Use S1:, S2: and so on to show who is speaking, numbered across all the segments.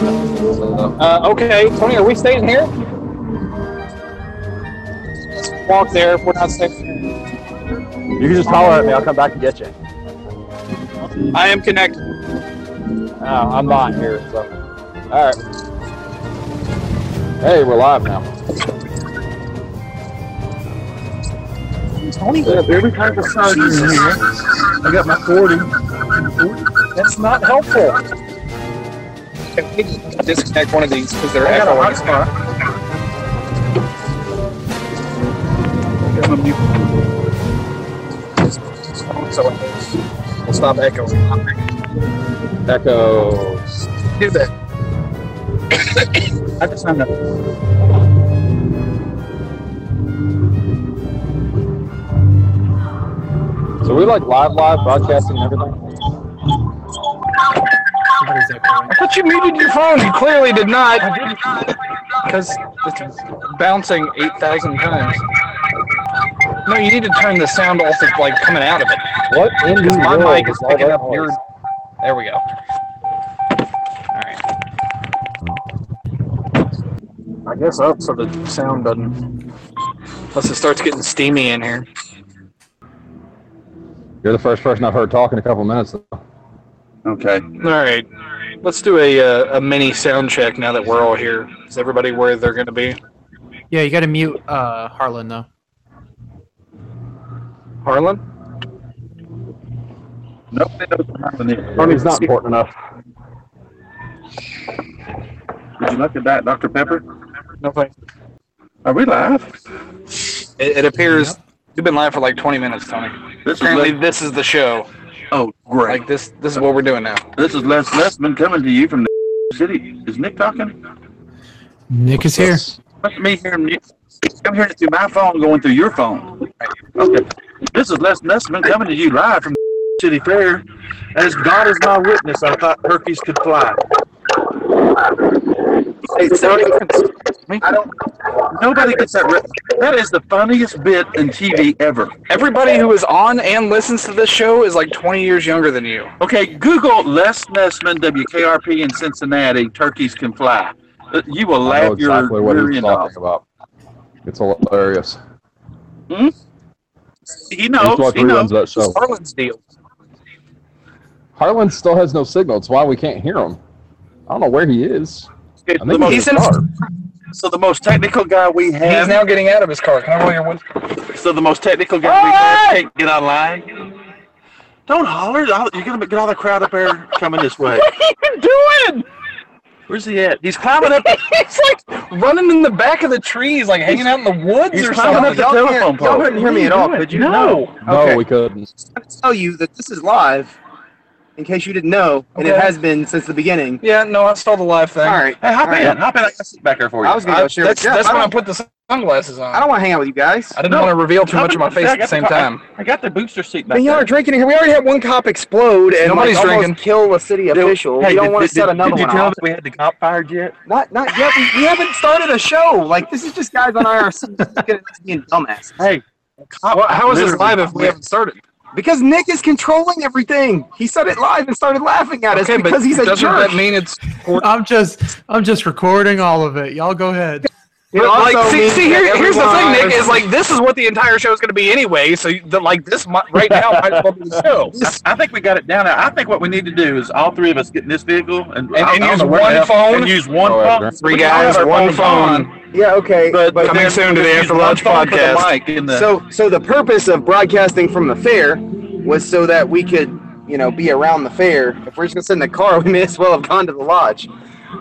S1: Uh, okay, Tony, are we staying here? Let's walk there. If we're not staying.
S2: You can just holler at me. I'll come back and get you.
S1: I am connected.
S2: No, I'm not here. So, all right. Hey, we're live now.
S3: Tony got every type of size in here. I got my 40.
S1: That's not helpful. Can we disconnect one of these because they're
S3: I got a
S1: echoing?
S3: hotspot. Got my mute.
S1: So we'll stop echoing.
S2: Echo.
S1: Do that.
S3: I just signed up.
S2: So we like live, live broadcasting and everything.
S3: Somebody's echoing.
S1: I thought you muted your phone. You clearly did not. Because it's bouncing 8,000 times. No, you need to turn the sound off of like coming out of it.
S2: What in the
S1: Because my
S2: world
S1: mic is
S2: all
S1: picking
S2: that
S1: up
S2: noise?
S1: your. There we go. All right.
S3: I guess up so the sound doesn't.
S1: Plus, it starts getting steamy in here.
S2: You're the first person I've heard talk in a couple minutes.
S3: Okay.
S1: All right. Let's do a, uh, a mini sound check now that we're all here. Is everybody where they're going to be?
S4: Yeah, you got to mute uh, Harlan though.
S1: Harlan?
S3: Nope, they don't have any.
S2: Tony's not important enough.
S3: Would you like a Diet Dr. Pepper?
S1: No thanks.
S3: Are we live?
S1: It, it appears you've been live for like 20 minutes, Tony.
S3: This
S1: Apparently,
S3: is Les-
S1: this is the show.
S3: oh, great.
S1: Like this, this is what we're doing now.
S3: this is Les Lesman coming to you from the city. Is Nick talking?
S4: Nick is here.
S3: Let me hear me. I'm hearing it through my phone going through your phone. Okay. This is Les Nessman coming to you live from the City Fair. As God is my witness, I thought turkeys could fly.
S1: Hey, Tony. Me?
S3: I don't. Nobody gets that. Re- that is the funniest bit in TV ever.
S1: Everybody who is on and listens to this show is like 20 years younger than you.
S3: Okay, Google Les Nessman WKRP in Cincinnati. Turkeys can fly. Uh, You will
S2: I know
S3: laugh your
S2: exactly what he's
S3: rear end off.
S2: talking about. It's hilarious.
S3: He knows.
S2: he's like
S3: He knows.
S2: reruns that show.
S1: Harlan's deal.
S2: Harlan still has no signal. It's why we can't hear him. I don't know where he is.
S3: Okay,
S2: I
S3: the
S2: think
S3: most-
S2: he's
S1: He's in-
S2: in car.
S3: so the most technical guy we have.
S1: He's now getting out of his car. Can I roll your window?
S3: So the most technical guy we have can't get online. Don't holler! I'll- You're gonna get all the crowd up there coming this way.
S1: What are you doing?
S3: Where's he at? He's climbing up.
S1: He's like running in the back of the trees, like hanging out in the woods
S3: He's
S1: or
S3: climbing up
S1: something.
S3: the telephone pole.
S5: Y'all couldn't hear me at all, could you?
S3: No.
S2: No,
S5: Okay.
S2: we couldn't.
S5: I'm going to tell you that this is live, in case you didn't know, and it
S1: Okay.
S5: has been since the beginning.
S1: Yeah, no, I saw the live thing.
S5: All right.
S3: Hey, hop
S5: All right.
S3: in. Hop in. I got sit back there
S1: Oh,
S3: for you.
S5: I was going to
S1: I,
S5: go share with
S1: that's
S5: Jeff.
S1: that's
S5: I
S1: when I
S5: don't,
S1: put the sunglasses on. I,
S5: want to hang out with you guys.
S1: didn't
S3: No.
S1: want to reveal too
S3: Hop
S1: much of
S3: in
S1: my
S3: the
S1: face at
S3: back. I
S1: the
S3: got
S1: same
S3: car- I-
S1: time.
S3: I got the booster seat back
S5: Then y'all
S3: there.
S5: are drinking here. We already had one cop explode and
S1: Nobody's
S5: like, almost
S1: drinking.
S5: kill a city official.
S3: Hey,
S5: we don't
S3: did-
S5: want
S3: did-
S5: to set another
S3: Did you
S5: one
S3: tell
S5: off.
S3: us we had the cop fired yet?
S5: Not, not yet. We, we haven't started a show. Like this is just guys on IRC just gonna be a dumbass.
S3: Hey,
S1: Well, how is this live if we
S3: literally-
S1: haven't started?
S5: Because Nick is controlling everything. He said it live and started laughing at us
S1: Okay, but
S5: because he's a
S1: doesn't
S5: jerk.
S1: that mean it's
S4: I'm just I'm just recording all of it. Y'all go ahead.
S5: It
S1: But,
S5: also
S1: like, see,
S5: means
S1: see here,
S5: that
S1: here's the thing,
S5: everyone-
S1: Nick. Is like this is what the entire show is going to be anyway. So you- the, like this mi- right now might as well be the show.
S3: I- I think we got it down. Now. I think what we need to do is all three of us get in this vehicle and, I- I
S1: and
S3: don't
S1: use
S3: know where
S1: one
S3: the hell-
S1: phone?
S3: And use one
S2: Oh,
S3: phone.
S2: Ezra.
S1: Three
S3: We all have
S1: guys,
S3: our
S1: one
S3: phones
S1: phone.
S3: on,
S5: Yeah, okay.
S3: But, but
S1: Coming
S3: then
S1: soon
S3: we
S1: to the
S3: could use
S1: After
S3: one
S1: Lodge
S3: phone for the
S1: podcast.
S3: mic in the-
S5: so so the purpose of broadcasting from the fair was so that we could, you know, be around the fair. If we're just gonna sit in the car, we may as well have gone to the lodge.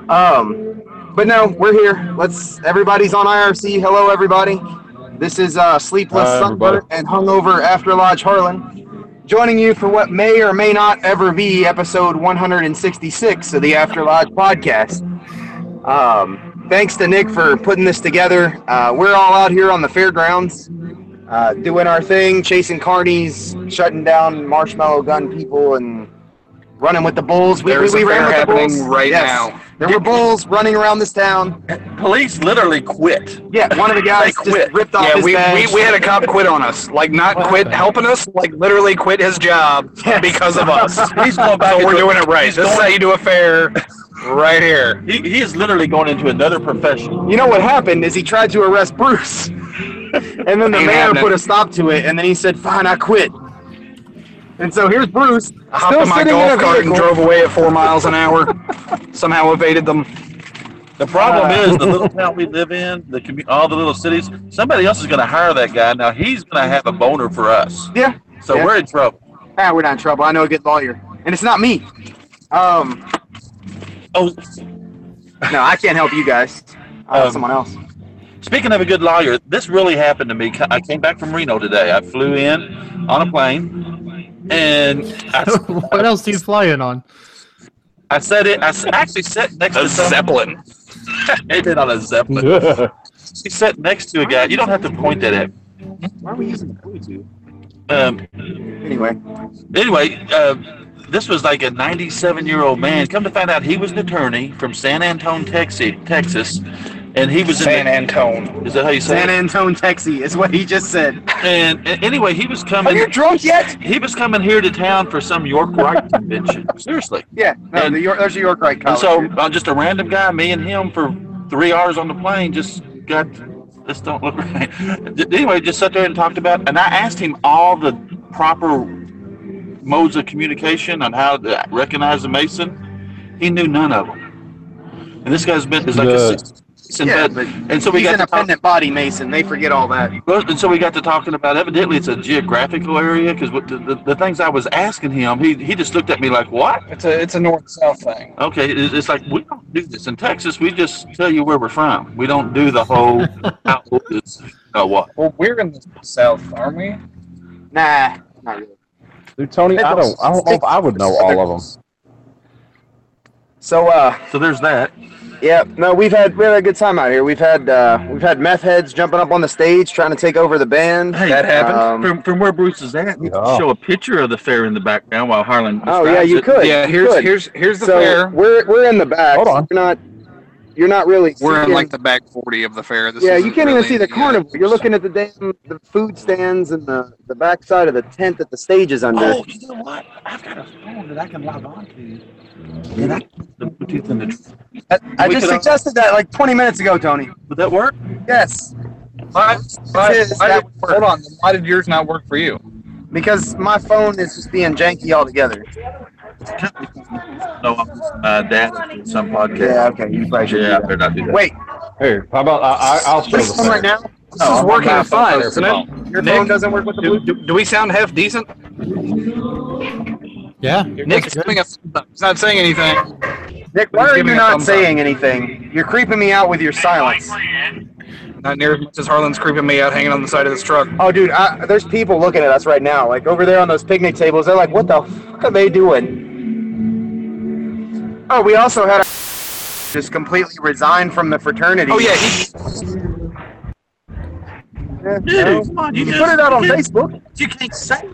S5: Um but no, we're here. Let's everybody's on IRC. Hello everybody. This is uh Sleepless
S2: Hi, everybody.
S5: Sunburnt and Hungover After Lodge Harlan. Joining you for what may or may not ever be episode 166 of the After Lodge podcast. Um, thanks to Nick for putting this together. Uh, we're all out here on the fairgrounds, uh, doing our thing, chasing carnies, shutting down marshmallow gun people, and running with the bulls. We,
S1: There's
S5: we,
S1: a
S5: we ran
S1: fair
S5: with the
S1: happening
S5: bulls.
S1: right
S5: Yes.
S1: now.
S5: There were bulls running around this town.
S3: Police literally quit.
S5: Yeah, one of the guys
S3: They
S5: just
S3: quit.
S5: ripped off
S1: Yeah,
S5: his
S1: we,
S5: badge.
S1: we, we had a cop quit on us. Like not quit
S4: happened?
S1: helping us. Like literally quit his job
S5: Yes.
S1: because of us.
S3: He's going back.
S1: so we're
S3: into-
S1: doing it right.
S3: he's
S1: This is how
S3: going-
S1: you do a fair, right here.
S3: He, he is literally going into another profession.
S5: You know what happened is he tried to arrest Bruce, and then the
S1: Ain't
S5: mayor
S1: happening.
S5: put a stop to it, and then he said, "Fine, I quit." And so here's Bruce
S1: I hopped
S5: still
S1: in my
S5: sitting in a
S1: golf cart and
S5: vehicle.
S1: drove away at four miles an hour. Somehow evaded them.
S3: The problem is the little town we live in, the commu- all the little cities. Somebody else is going to hire that guy. Now he's going to have a boner for us.
S5: Yeah,
S3: So
S5: Yeah.
S3: we're in trouble.
S5: Ah, we're not in trouble. I know a good lawyer, and it's not me. Um,
S3: Oh,
S5: no, I can't help you guys. I
S3: Um,
S5: have someone else.
S3: Speaking of a good lawyer, this really happened to me. I came back from Reno today. I flew in on a plane, and I,
S4: what else do you fly in on?
S3: I said it. I s- actually sat next to someone.
S1: Zeppelin.
S3: It did on a zeppelin. She sat next to a guy. You don't have to point that at. me.
S5: Why are we using Bluetooth?
S3: Um,
S5: Anyway,
S3: anyway, uh, this was like a 97 year old man. Come to find out, he was an attorney from San Antone, Texas, Texas, and he was
S1: San
S3: in.
S1: Antone.
S3: The, is that how you say
S5: San
S3: it?
S5: Antone, Texas, is what he just said.
S3: And, and anyway, he was
S5: Are
S3: coming.
S5: you drunk yet?
S3: He was coming here to town for some York Right convention. Seriously.
S5: Yeah, no,
S3: And-
S5: the York, there's a York right
S3: And
S5: college.
S3: so,
S5: dude.
S3: uh, just a random guy, me and him for three hours on the plane, just got this don't look right. Anyway, just sat there and talked about, and I asked him all the proper modes of communication on how to recognize a Mason. He knew none of them. And this guy's been is like a
S2: Yeah.
S3: six, six in
S5: Yeah,
S3: bed.
S5: but
S3: and so we
S5: he's
S3: got
S5: an
S3: to talk,
S5: appendant body, Mason. They forget all that.
S3: well, and so we got to talking about. Evidently, it's a geographical area because the, the, the things I was asking him, he he just looked at me like, "What?"
S1: It's a it's a north south thing.
S3: Okay, it- it's like we don't do this in Texas. We just tell you where we're from. We don't do the whole how old is uh, what.
S1: Well, we're in the south, aren't we?
S5: Nah, not really.
S2: Dude, Tony, I don't, I don't know if I would know all of them.
S5: So, uh,
S3: So there's that.
S5: yeah, no, we've had we had a good time out here. We've had uh, we've had meth heads jumping up on the stage trying to take over the band.
S1: That happened?
S5: Um,
S3: from, from where Bruce is at, we
S2: Yeah.
S3: can show a picture of the fair in the background while Harlan.
S5: Oh
S3: describes
S5: yeah, you
S3: it.
S5: could.
S1: yeah.
S5: you
S1: Here's
S5: could.
S1: here's here's the
S5: so
S1: fair.
S5: We're we're in the back.
S2: Hold
S5: so
S2: on.
S5: You're not you're not really.
S1: We're in
S5: seeing-
S1: like the back forty of the fair. This
S5: yeah, you
S1: isn't
S5: can't even
S1: really- uh,
S5: see the
S1: yeah.
S5: carnival. You're looking at the damn the food stands and the the backside of the tent that the stage is under.
S3: Oh, you know what? I've got a phone that I can log on to. And I the Bluetooth in the. tr-
S5: I, I
S3: we
S5: just
S3: could-
S5: suggested that like 20 minutes ago, Tony.
S3: Would that work?
S5: Yes,
S1: Why, why-
S5: This is-
S1: why
S5: that
S1: did-
S5: works.
S1: hold on. Why did yours not work for you?
S5: because my phone is just being janky altogether.
S3: No, I'm uh, dad in some podcast.
S5: Yeah, okay, you probably should do
S3: Yeah, I
S5: that.
S3: better not do that.
S5: Wait,
S2: Here, how about I, I, I'll show
S5: this one
S2: the
S5: right
S2: thing.
S5: now. This
S3: No,
S5: is
S3: I'm
S5: working
S3: not-
S5: fine, isn't it? Your
S1: Nick?
S5: phone doesn't work with the
S1: Do,
S5: Bluetooth.
S1: do, do we sound half decent?
S4: Yeah.
S1: Nick's doing a. He's not saying anything.
S5: Nick, why are you
S6: giving a
S5: not
S6: thumbs up.
S5: saying anything? You're creeping me out with your silence.
S6: Not near as much as Harlan's creeping me out hanging on the side of this truck.
S5: Oh, dude, I, there's people looking at us right now. Like over there on those picnic tables, they're like, "What the fuck are they doing?" Oh, we also had a just completely resigned from the fraternity.
S6: Oh yeah, he,
S5: Yeah, no.
S3: Dude, come on,
S5: you
S3: you
S5: can
S3: just-
S5: put it out on
S3: you-
S5: Facebook.
S3: You can't say.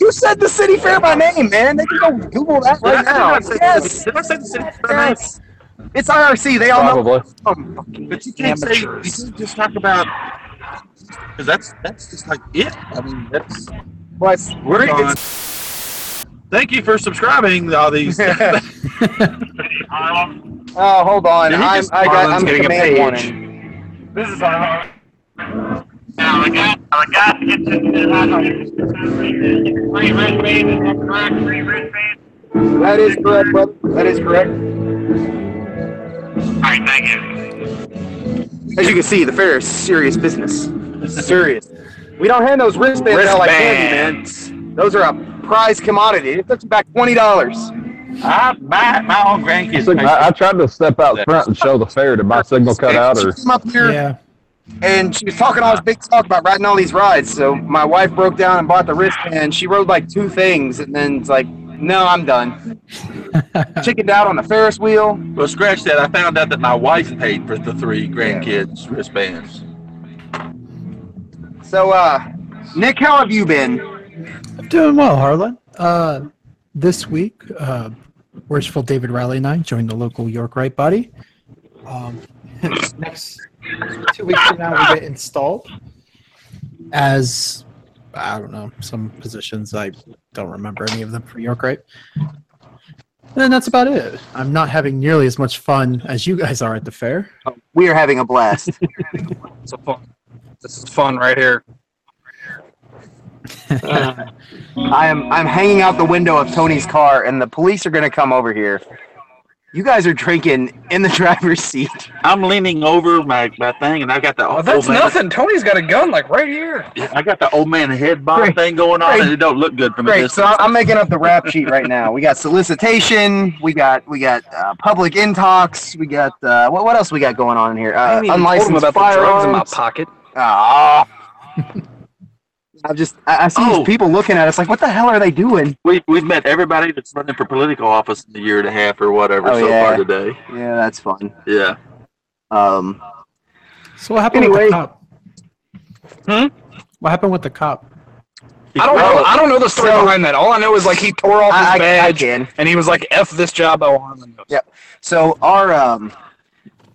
S5: You said the city fair by name, man. They can go Google that right now. Yes,
S3: Did I say the city fair name?
S5: yes. It's IRC. They all know.
S2: Probably.
S5: Um, fucking
S3: But you can't say. You
S5: amateurs.
S3: can't just talk about. Because that's that's just like it. I mean, that's.
S5: What?
S3: We're gone. Thank you for subscribing to all these.
S5: Oh, hold on.
S3: Did he
S5: I'm,
S3: just-
S5: I got,
S6: Harlan's
S5: I'm
S6: getting a
S5: command
S6: page.
S5: warning.
S7: Now, I got, I got to get to the Three red veins, is that correct? Three red veins?
S5: That is correct, brother. That is correct.
S7: All right, thank you.
S5: As you can see, the fair is serious business. serious. We don't hand those wristbands, out like candy, man. Those are a prize commodity. It took back twenty dollars.
S3: I buy my own grandkids.
S2: Sig- I, I tried to step out front and show the fair. Did my signal cut out or?
S5: She came up here
S4: Yeah.
S5: and she was talking all this big talk about riding all these rides. So my wife broke down and bought the wristband. She rode like two things, and then it's like, no, I'm done. Chickened out on the Ferris wheel.
S3: Well, scratch that. I found out that my wife paid for the three grandkids' wristbands.
S5: So, uh, Nick, how have you been?
S4: I'm doing well, Harlan. Uh, this week, uh, worshipful David Riley and I joined the local York Right body. Um, next two weeks from now, we get installed as I don't know some positions. I don't remember any of them for York Right. And that's about it. I'm not having nearly as much fun as you guys are at the fair.
S5: We are having a blast.
S6: it's a fun. This is fun right here.
S5: I am I'm hanging out the window of Tony's car, and the police are gonna come over here. You guys are drinking in the driver's seat.
S3: I'm leaning over my, my thing, and I got the
S6: Oh,
S3: old
S6: that's
S3: man.
S6: nothing. Tony's got a gun like right here.
S3: I got the old man head bob
S5: Great.
S3: thing going on,
S5: Great.
S3: and it don't look good from a
S5: Great. So
S3: distance.
S5: I- I'm making up the rap sheet right now. We got solicitation. We got we got uh, public intox. We got uh, what what else we got going on here? Uh, unlicensed firearms.
S6: pocket.
S5: Ah. I just I, I see
S3: Oh.
S5: these people looking at us like, what the hell are they doing?
S3: We've, we've met everybody that's running for political office in the year and a half or whatever
S5: Oh,
S3: so
S5: yeah.
S3: far today.
S5: Yeah, that's fun.
S3: Yeah.
S5: Um,
S4: So what happened with
S5: Anyway.
S4: the cop?
S6: Hmm?
S4: What happened with the cop?
S6: I don't know. I don't know the story
S5: So-
S6: behind that. All I know is like he tore off his
S5: I, I, I
S6: badge
S5: can.
S6: and he was like, "F this job, I want to
S5: Yeah. So our um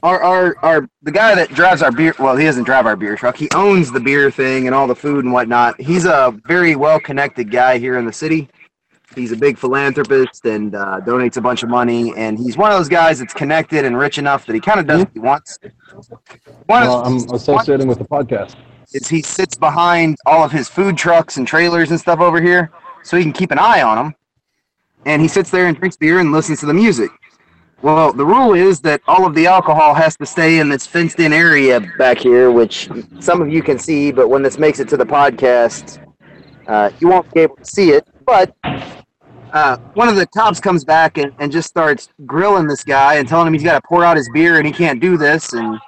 S5: our our our the guy that drives our beer well he doesn't drive our beer truck he owns the beer thing and all the food and whatnot he's a very well connected guy here in the city he's a big philanthropist and uh, donates a bunch of money and he's one of those guys that's connected and rich enough that he kind of does what he wants one of
S2: Well, I'm associating with the podcast.
S5: is he sits behind all of his food trucks and trailers and stuff over here so he can keep an eye on them. And he sits there and drinks beer and listens to the music. Well, the rule is that all of the alcohol has to stay in this fenced in area back here, which some of you can see, but when this makes it to the podcast, uh, you won't be able to see it. But uh, one of the cops comes back and, and just starts grilling this guy and telling him he's got to pour out his beer and he can't do this. And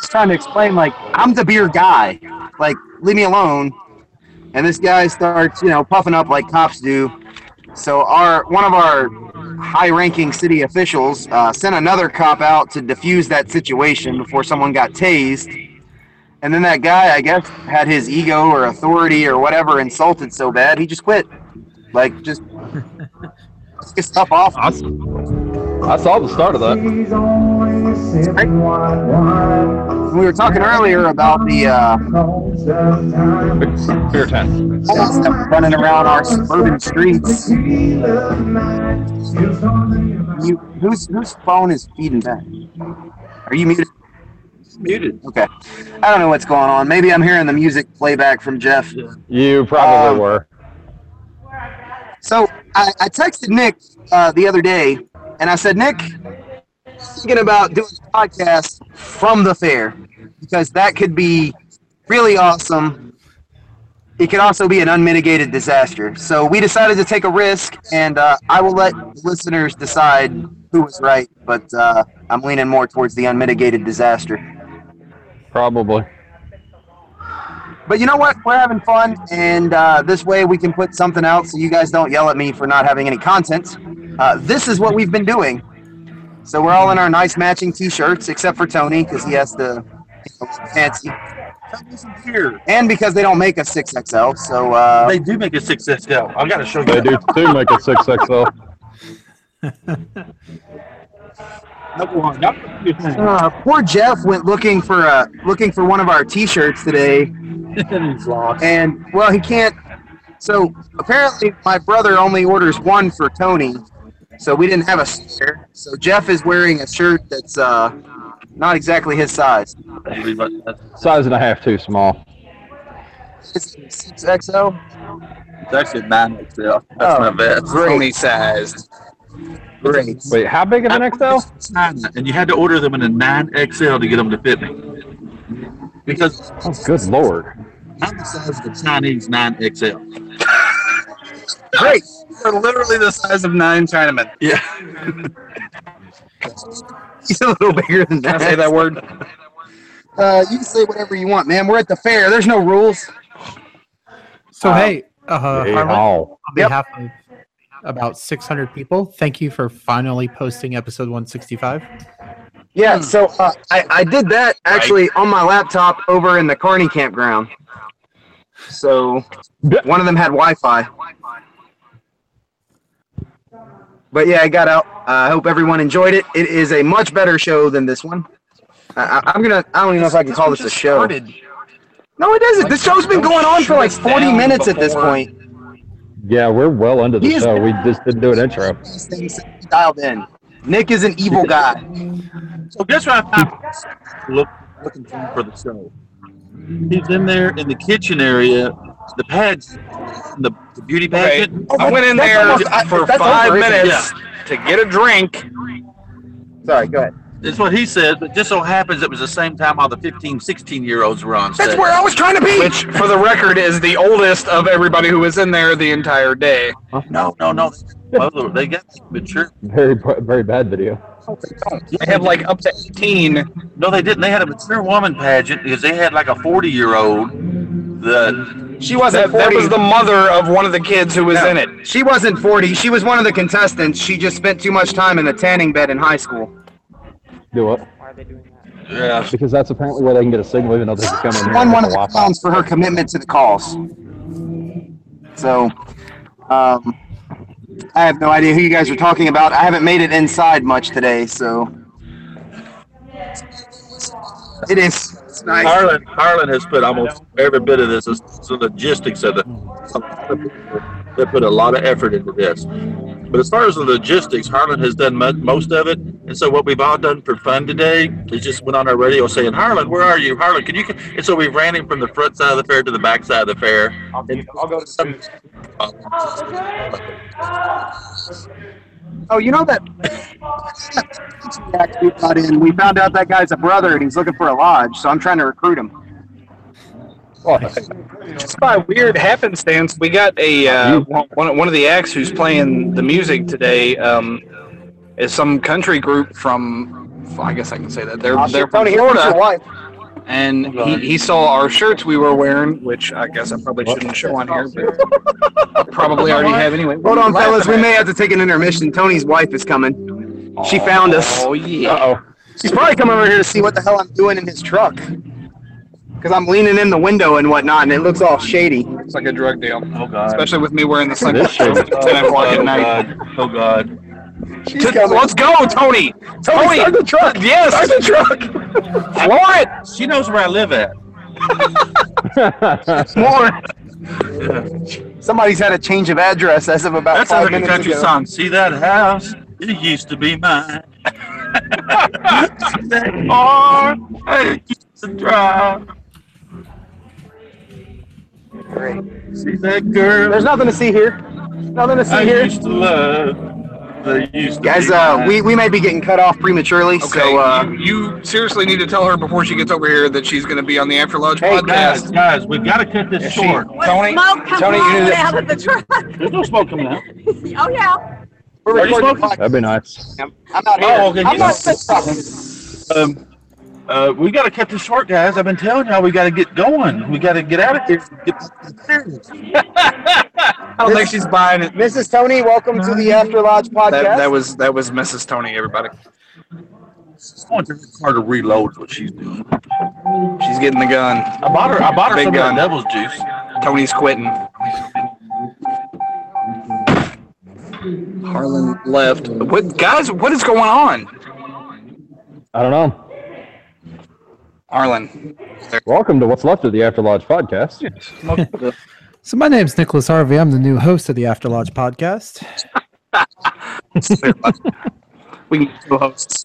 S5: he's trying to explain, like, I'm the beer guy. Like, leave me alone. And this guy starts, you know, puffing up like cops do. So our one of our high-ranking city officials uh, sent another cop out to defuse that situation before someone got tased. And then that guy, I guess, had his ego or authority or whatever insulted so bad he just quit. Like just get stuff off.
S2: I, s- I saw the start of that.
S5: We were talking earlier about the uh,
S2: Beer- Beer time.
S5: guys that were running around our suburban streets. You, whose whose phone is feeding back? Are you muted?
S3: Muted.
S5: Okay. I don't know what's going on. Maybe I'm hearing the music playback from Jeff.
S2: You probably
S5: Um,
S2: were.
S5: So I, I texted Nick uh, the other day, and I said, Nick, thinking about doing a podcast from the fair because that could be really awesome. It could also be an unmitigated disaster. So we decided to take a risk, and uh, I will let listeners decide who was right, but uh, I'm leaning more towards the unmitigated disaster.
S2: Probably.
S5: But you know what? We're having fun, and uh, this way we can put something out so you guys don't yell at me for not having any content. Uh, this is what we've been doing. So we're all in our nice matching T-shirts, except for Tony because he has to you know, fancy,
S3: Here.
S5: and because they don't make a six XL. So uh,
S3: They do make a six XL. I gotta show you.
S2: They
S3: that.
S2: do too make a six XL.
S3: Number one. Number two.
S5: uh, poor Jeff went looking for a looking for one of our T-shirts today,
S3: He's lost.
S5: and well, he can't. So apparently, my brother only orders one for Tony, so we didn't have a spare. So Jeff is wearing a shirt that's uh, not exactly his size.
S3: It's
S2: Size and a half too small.
S5: It's six XL.
S3: actually nine XL. That's
S5: Oh,
S3: my best.
S5: Great.
S1: sized.
S5: Great.
S2: Wait, how big is an XL?
S3: And you had to order them in a nine XL to get them to fit me. Because
S2: Oh, good lord.
S3: I'm the size of the Chinese nine XL.
S1: Great. They're literally the size of nine Chinamen.
S3: Yeah.
S5: He's a little bigger than
S1: Can I
S5: that.
S1: say that word?
S5: Uh, you can say whatever you want, man. We're at the fair. There's no rules.
S4: So hey, uh,
S2: Hey,
S4: Harlan, on
S2: how?
S5: Yep.
S4: behalf of about 600 people, thank you for finally posting episode 165.
S5: Yeah. So uh, I, I did that actually on my laptop over in the Carney campground. So
S2: Yeah.
S5: one of them had Wi-Fi. But yeah, I got out. Uh, I hope everyone enjoyed it. It is a much better show than this one. I, I, I'm gonna. I don't even know if I can call this a show. No, it isn't. This show's been going on for like 40 minutes at this point.
S2: Yeah, we're well into the
S5: He is-
S2: show. We just didn't do an intro.
S5: These things dialed in. Nick is an evil guy.
S3: So guess what I found look, looking for for the show. He's in there in the kitchen area, the pads, the, the beauty
S1: Okay.
S3: pageant.
S1: I went in there
S5: almost- I-
S1: for
S5: that's
S1: five
S5: over, isn't it?
S1: minutes to get a drink.
S5: Sorry, go ahead.
S3: That's what he said, but just so happens it was the same time all the 15, 16 year olds were on stage.
S5: That's where I was trying to be.
S1: Which, for the record, is the oldest of everybody who was in there the entire day.
S3: No, no, no. Well, they got mature.
S2: Very, b- very bad video.
S1: They had like up to 18.
S3: No, they didn't. They had a mature woman pageant because they had like a 40 year old. The
S1: She wasn't. That, that was the mother of one of the kids who was in it.
S5: She wasn't 40. She was one of the contestants. She just spent too much time in the tanning bed in high school.
S2: Do it
S3: yeah,
S2: because that's apparently where they can get a signal, even though they can come in
S5: She
S2: here.
S5: won
S2: and
S5: one
S2: get
S5: of the
S2: Wi-Fi.
S5: clowns for her commitment to the cause. So, um, I have no idea who you guys are talking about. I haven't made it inside much today, so. It is. It's nice.
S3: Harlan, Harlan has put almost every bit of this. It's the logistics of the. They put a lot of effort into this. But as far as the logistics, Harlan has done mo- most of it. And so what we've all done for fun today is just went on our radio saying, Harlan, where are you? Harlan, can you? c-" And so we've ran him from the front side of the fair to the back side of the fair. I'll go to some.
S5: Oh, you know that. that we brought in, we found out that guy's a brother and he's looking for a lodge, so I'm trying to recruit him.
S1: Just by weird happenstance, we got a uh, one, one of the acts who's playing the music today um, is some country group from. I guess I can say that they're they're from
S5: Tony, here's your
S1: Florida,
S5: wife.
S1: and he, he saw our shirts we were wearing, which I guess I probably shouldn't show on here, but I probably already have anyway.
S5: Hold on, fellas. We may have to take an intermission. Tony's wife is coming. She found us.
S1: Oh yeah.
S2: Uh-oh.
S5: She's probably coming over here to see what the hell I'm doing in his truck. Because I'm leaning in the window and whatnot, and it looks all shady.
S1: It's like a drug deal,
S3: Oh, God.
S1: especially with me wearing the
S2: This
S1: sunglasses
S2: shit.
S1: at 10 o'clock at night.
S3: Oh, God.
S5: She's
S1: T-
S5: coming.
S1: Let's go, Tony! Tony, start the truck! Yes! Start the truck! Floor it!
S3: She knows where I live at.
S1: Floor it!
S5: Somebody's had a change of address as of about
S3: That sounds
S5: five
S3: like a
S5: minutes
S3: country
S5: ago.
S3: song. See that house? It used to be mine. See that car? It used to drive.
S5: Great.
S3: See that girl?
S5: There's nothing to see here. Nothing to see
S3: I
S5: here.
S3: used to love. They used to
S5: Guys,
S3: be
S5: uh,
S3: mine.
S5: we, we may be getting cut off prematurely,
S1: Okay,
S5: so uh,
S1: you, you seriously need to tell her before she gets over here that she's going to be on the After Lodge
S5: Hey,
S1: podcast.
S3: guys, guys, we've got to cut this
S1: She-
S3: short.
S7: What
S1: Tony,
S7: smoke comes
S1: Tony, you
S7: rolling
S1: need to-
S7: out of the truck?
S3: There's no smoke coming out.
S7: oh yeah.
S5: We're
S3: Are you
S5: recording the
S3: smoking?
S5: podcast.
S2: That'd be nice.
S5: I'm I'm not here.
S3: Oh, okay,
S5: I'm
S3: you
S5: not
S3: know.
S5: talking.
S3: Um, uh, we got to cut this short, guys. I've been telling y'all we got to get going. We got to get out of here.
S6: I don't think she's buying it.
S5: Mrs. Tony, welcome to the After Lodge podcast.
S1: That, that was that was Mrs. Tony. Everybody,
S3: I want to car to reload what she's doing.
S1: she's getting the gun.
S3: I bought her. I bought her
S1: Big
S3: some of
S1: gun.
S3: that devil's juice.
S1: Tony's quitting. Harlan left. What guys? What is going on?
S2: I don't know.
S1: Harlan,
S2: Welcome to what's left of the After Lodge podcast.
S4: So my name's Nicholas Harvey. I'm the new host of the After Lodge podcast.
S1: we can co-hosts.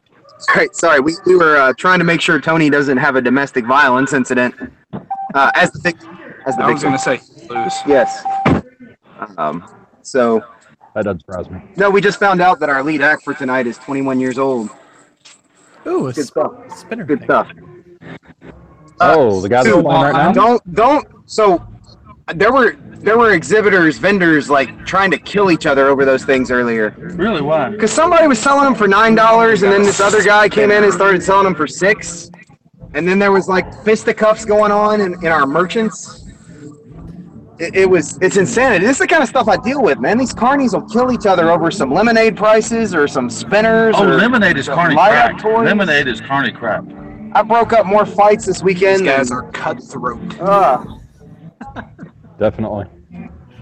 S5: All right, sorry. We, we were uh, trying to make sure Tony doesn't have a domestic violence incident. Uh, as the big, as the
S1: I was
S5: big,
S1: gonna say lose.
S5: yes. Um, so
S2: That doesn't surprise me.
S5: no, we just found out that our lead act for tonight is 21 years old.
S4: Ooh, a
S5: Good
S4: sp-
S5: stuff.
S4: spinner.
S5: Good
S4: thing.
S5: stuff.
S2: Oh, the guy that's
S5: Dude,
S2: playing right now.
S5: Uh, Don't don't. So there were there were exhibitors, vendors like trying to kill each other over those things earlier.
S3: Really? Why?
S5: Because somebody was selling them for nine dollars, and then this other guy came in and started selling them for six. And then there was like fisticuffs going on in, in our merchants. It, it was it's insanity. This is the kind of stuff I deal with, man. These carnies will kill each other over some lemonade prices or some spinners.
S3: Oh,
S5: or
S3: lemonade is
S5: some
S3: carny
S5: light-up
S3: crap.
S5: toys.
S3: Lemonade is carny crap.
S5: I broke up more fights this
S1: These
S5: weekend.
S1: guys
S5: than- uh,
S1: are cutthroat.
S5: Ugh.
S2: Definitely.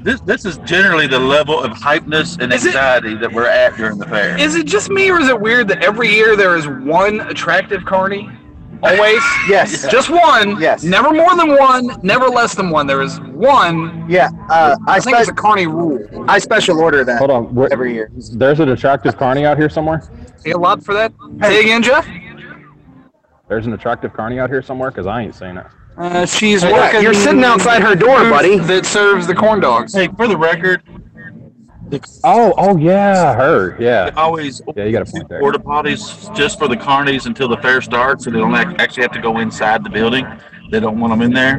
S3: This this is generally the level of hypeness and
S1: Is it-
S3: anxiety that we're at during the fair.
S1: Is it just me, or is it weird that every year there is one attractive carny? Always.
S5: yes.
S1: Just one.
S5: Yes.
S1: Never more than one. Never less than one. There is one.
S5: Yeah, uh, I,
S1: I think it's
S5: spe-
S1: a carny rule.
S5: I special order that
S2: Hold on. Where,
S5: every year.
S2: There's an attractive carny out here somewhere.
S1: Pay a lot for that. Say again, Jeff.
S2: There's an attractive carny out here somewhere because I ain't seen it.
S1: Uh, she's
S5: Yeah,
S1: working.
S5: you're sitting outside her door,
S1: booth
S5: buddy.
S1: That serves the corn dogs.
S3: Hey, for the record,
S2: Oh, oh yeah, her. Yeah.
S3: always
S2: Yeah, you got a point there.
S3: porta potties just for the carnies until the fair starts, so they don't ac- actually have to go inside the building. They don't want them in there,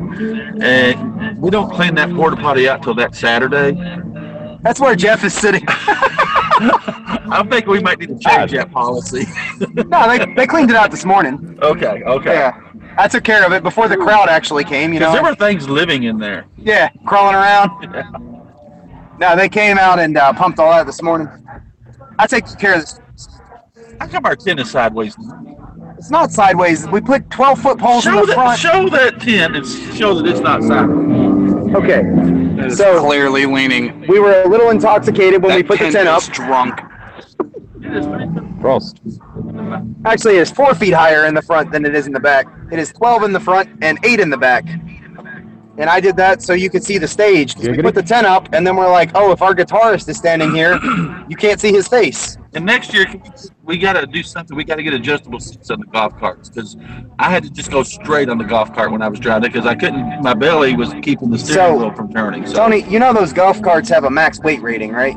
S3: and we don't clean that porta potty out till that Saturday.
S5: That's where Jeff is sitting.
S3: I think we might need to change that policy.
S5: no, they, they cleaned it out this morning.
S3: okay, okay.
S5: Yeah, I took care of it before the crowd actually came. You know,
S3: Because there were things living in there.
S5: yeah, crawling around. No, they came out and uh, pumped all that this morning. I take care of this.
S3: How come our tent is sideways?
S5: It's not sideways. We put 12 foot poles in
S3: Show
S5: the
S3: that,
S5: front.
S3: show that tent and show that it's not sideways.
S5: Okay,
S1: It's
S5: So-
S1: clearly leaning.
S5: we were a little intoxicated when we
S1: That
S5: put the
S1: tent
S5: tent up.
S1: is drunk.
S2: Ross.
S5: Actually, it's four feet higher in the front than it is in the back. It is 12 in the front and eight in the back. And I did that so you could see the stage. 'cause We
S2: Giggity.
S5: put the tent up, and then we're like, oh, if our guitarist is standing here, you can't see his face.
S3: And next year, we got to do something. We got to get adjustable seats on the golf carts because I had to just go straight on the golf cart when I was driving because I couldn't. My belly was keeping the steering
S5: So-
S3: wheel from turning. So
S5: Tony, you know those golf carts have a max weight rating, right?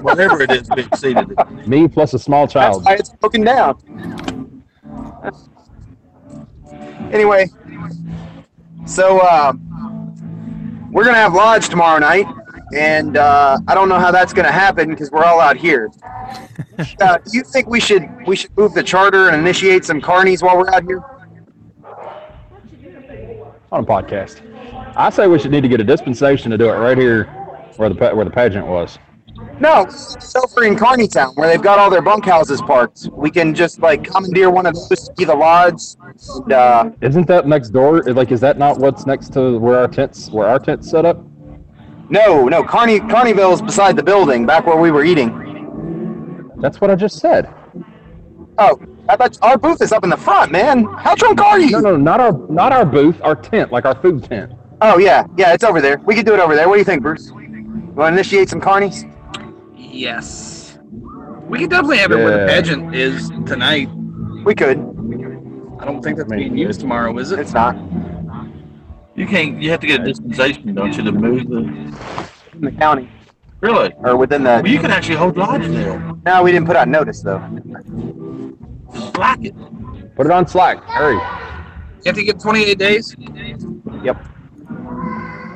S3: whatever it is, we exceeded it.
S2: Me plus a small
S5: That's
S2: child.
S5: why it's broken down. Anyway, so uh, we're gonna have lodge tomorrow night, and uh, I don't know how that's gonna happen because we're all out here. uh, do you think we should we should move the charter and initiate some carnies while we're out here?
S2: on a podcast. I say we should need to get a dispensation to do it right here where the pa- where the pageant was.
S5: No, over in Carney Town where they've got all their bunkhouses parked. We can just like commandeer one of those to be the lodge, and uh,
S2: Isn't that next door? Like, is that not what's next to where our tents where our tents set up?
S5: No, no, Carney Carneyville's beside the building, back where we were eating.
S2: That's what I just said.
S5: Oh, I thought our booth is up in the front, man. How drunk are you?
S2: No, no, not our not our booth, our tent, like our food tent.
S5: Oh yeah, yeah, it's over there. We could do it over there. What do you think, Bruce? You want to initiate some carnies?
S1: Yes. We could definitely have it where the
S2: Yeah.
S1: pageant is tonight.
S5: We could.
S1: I don't think that's
S2: I mean,
S1: being used tomorrow, is it?
S5: It's not
S3: You can't. You have to get a dispensation, don't you, to move the?
S5: in the county
S3: Really?
S5: or within the.
S3: Well, you can actually hold lodge there.
S5: No, we didn't put out notice though.
S3: Just like it.
S2: Put it on Slack. Hurry.
S1: You have to get 28 days.
S5: Yep.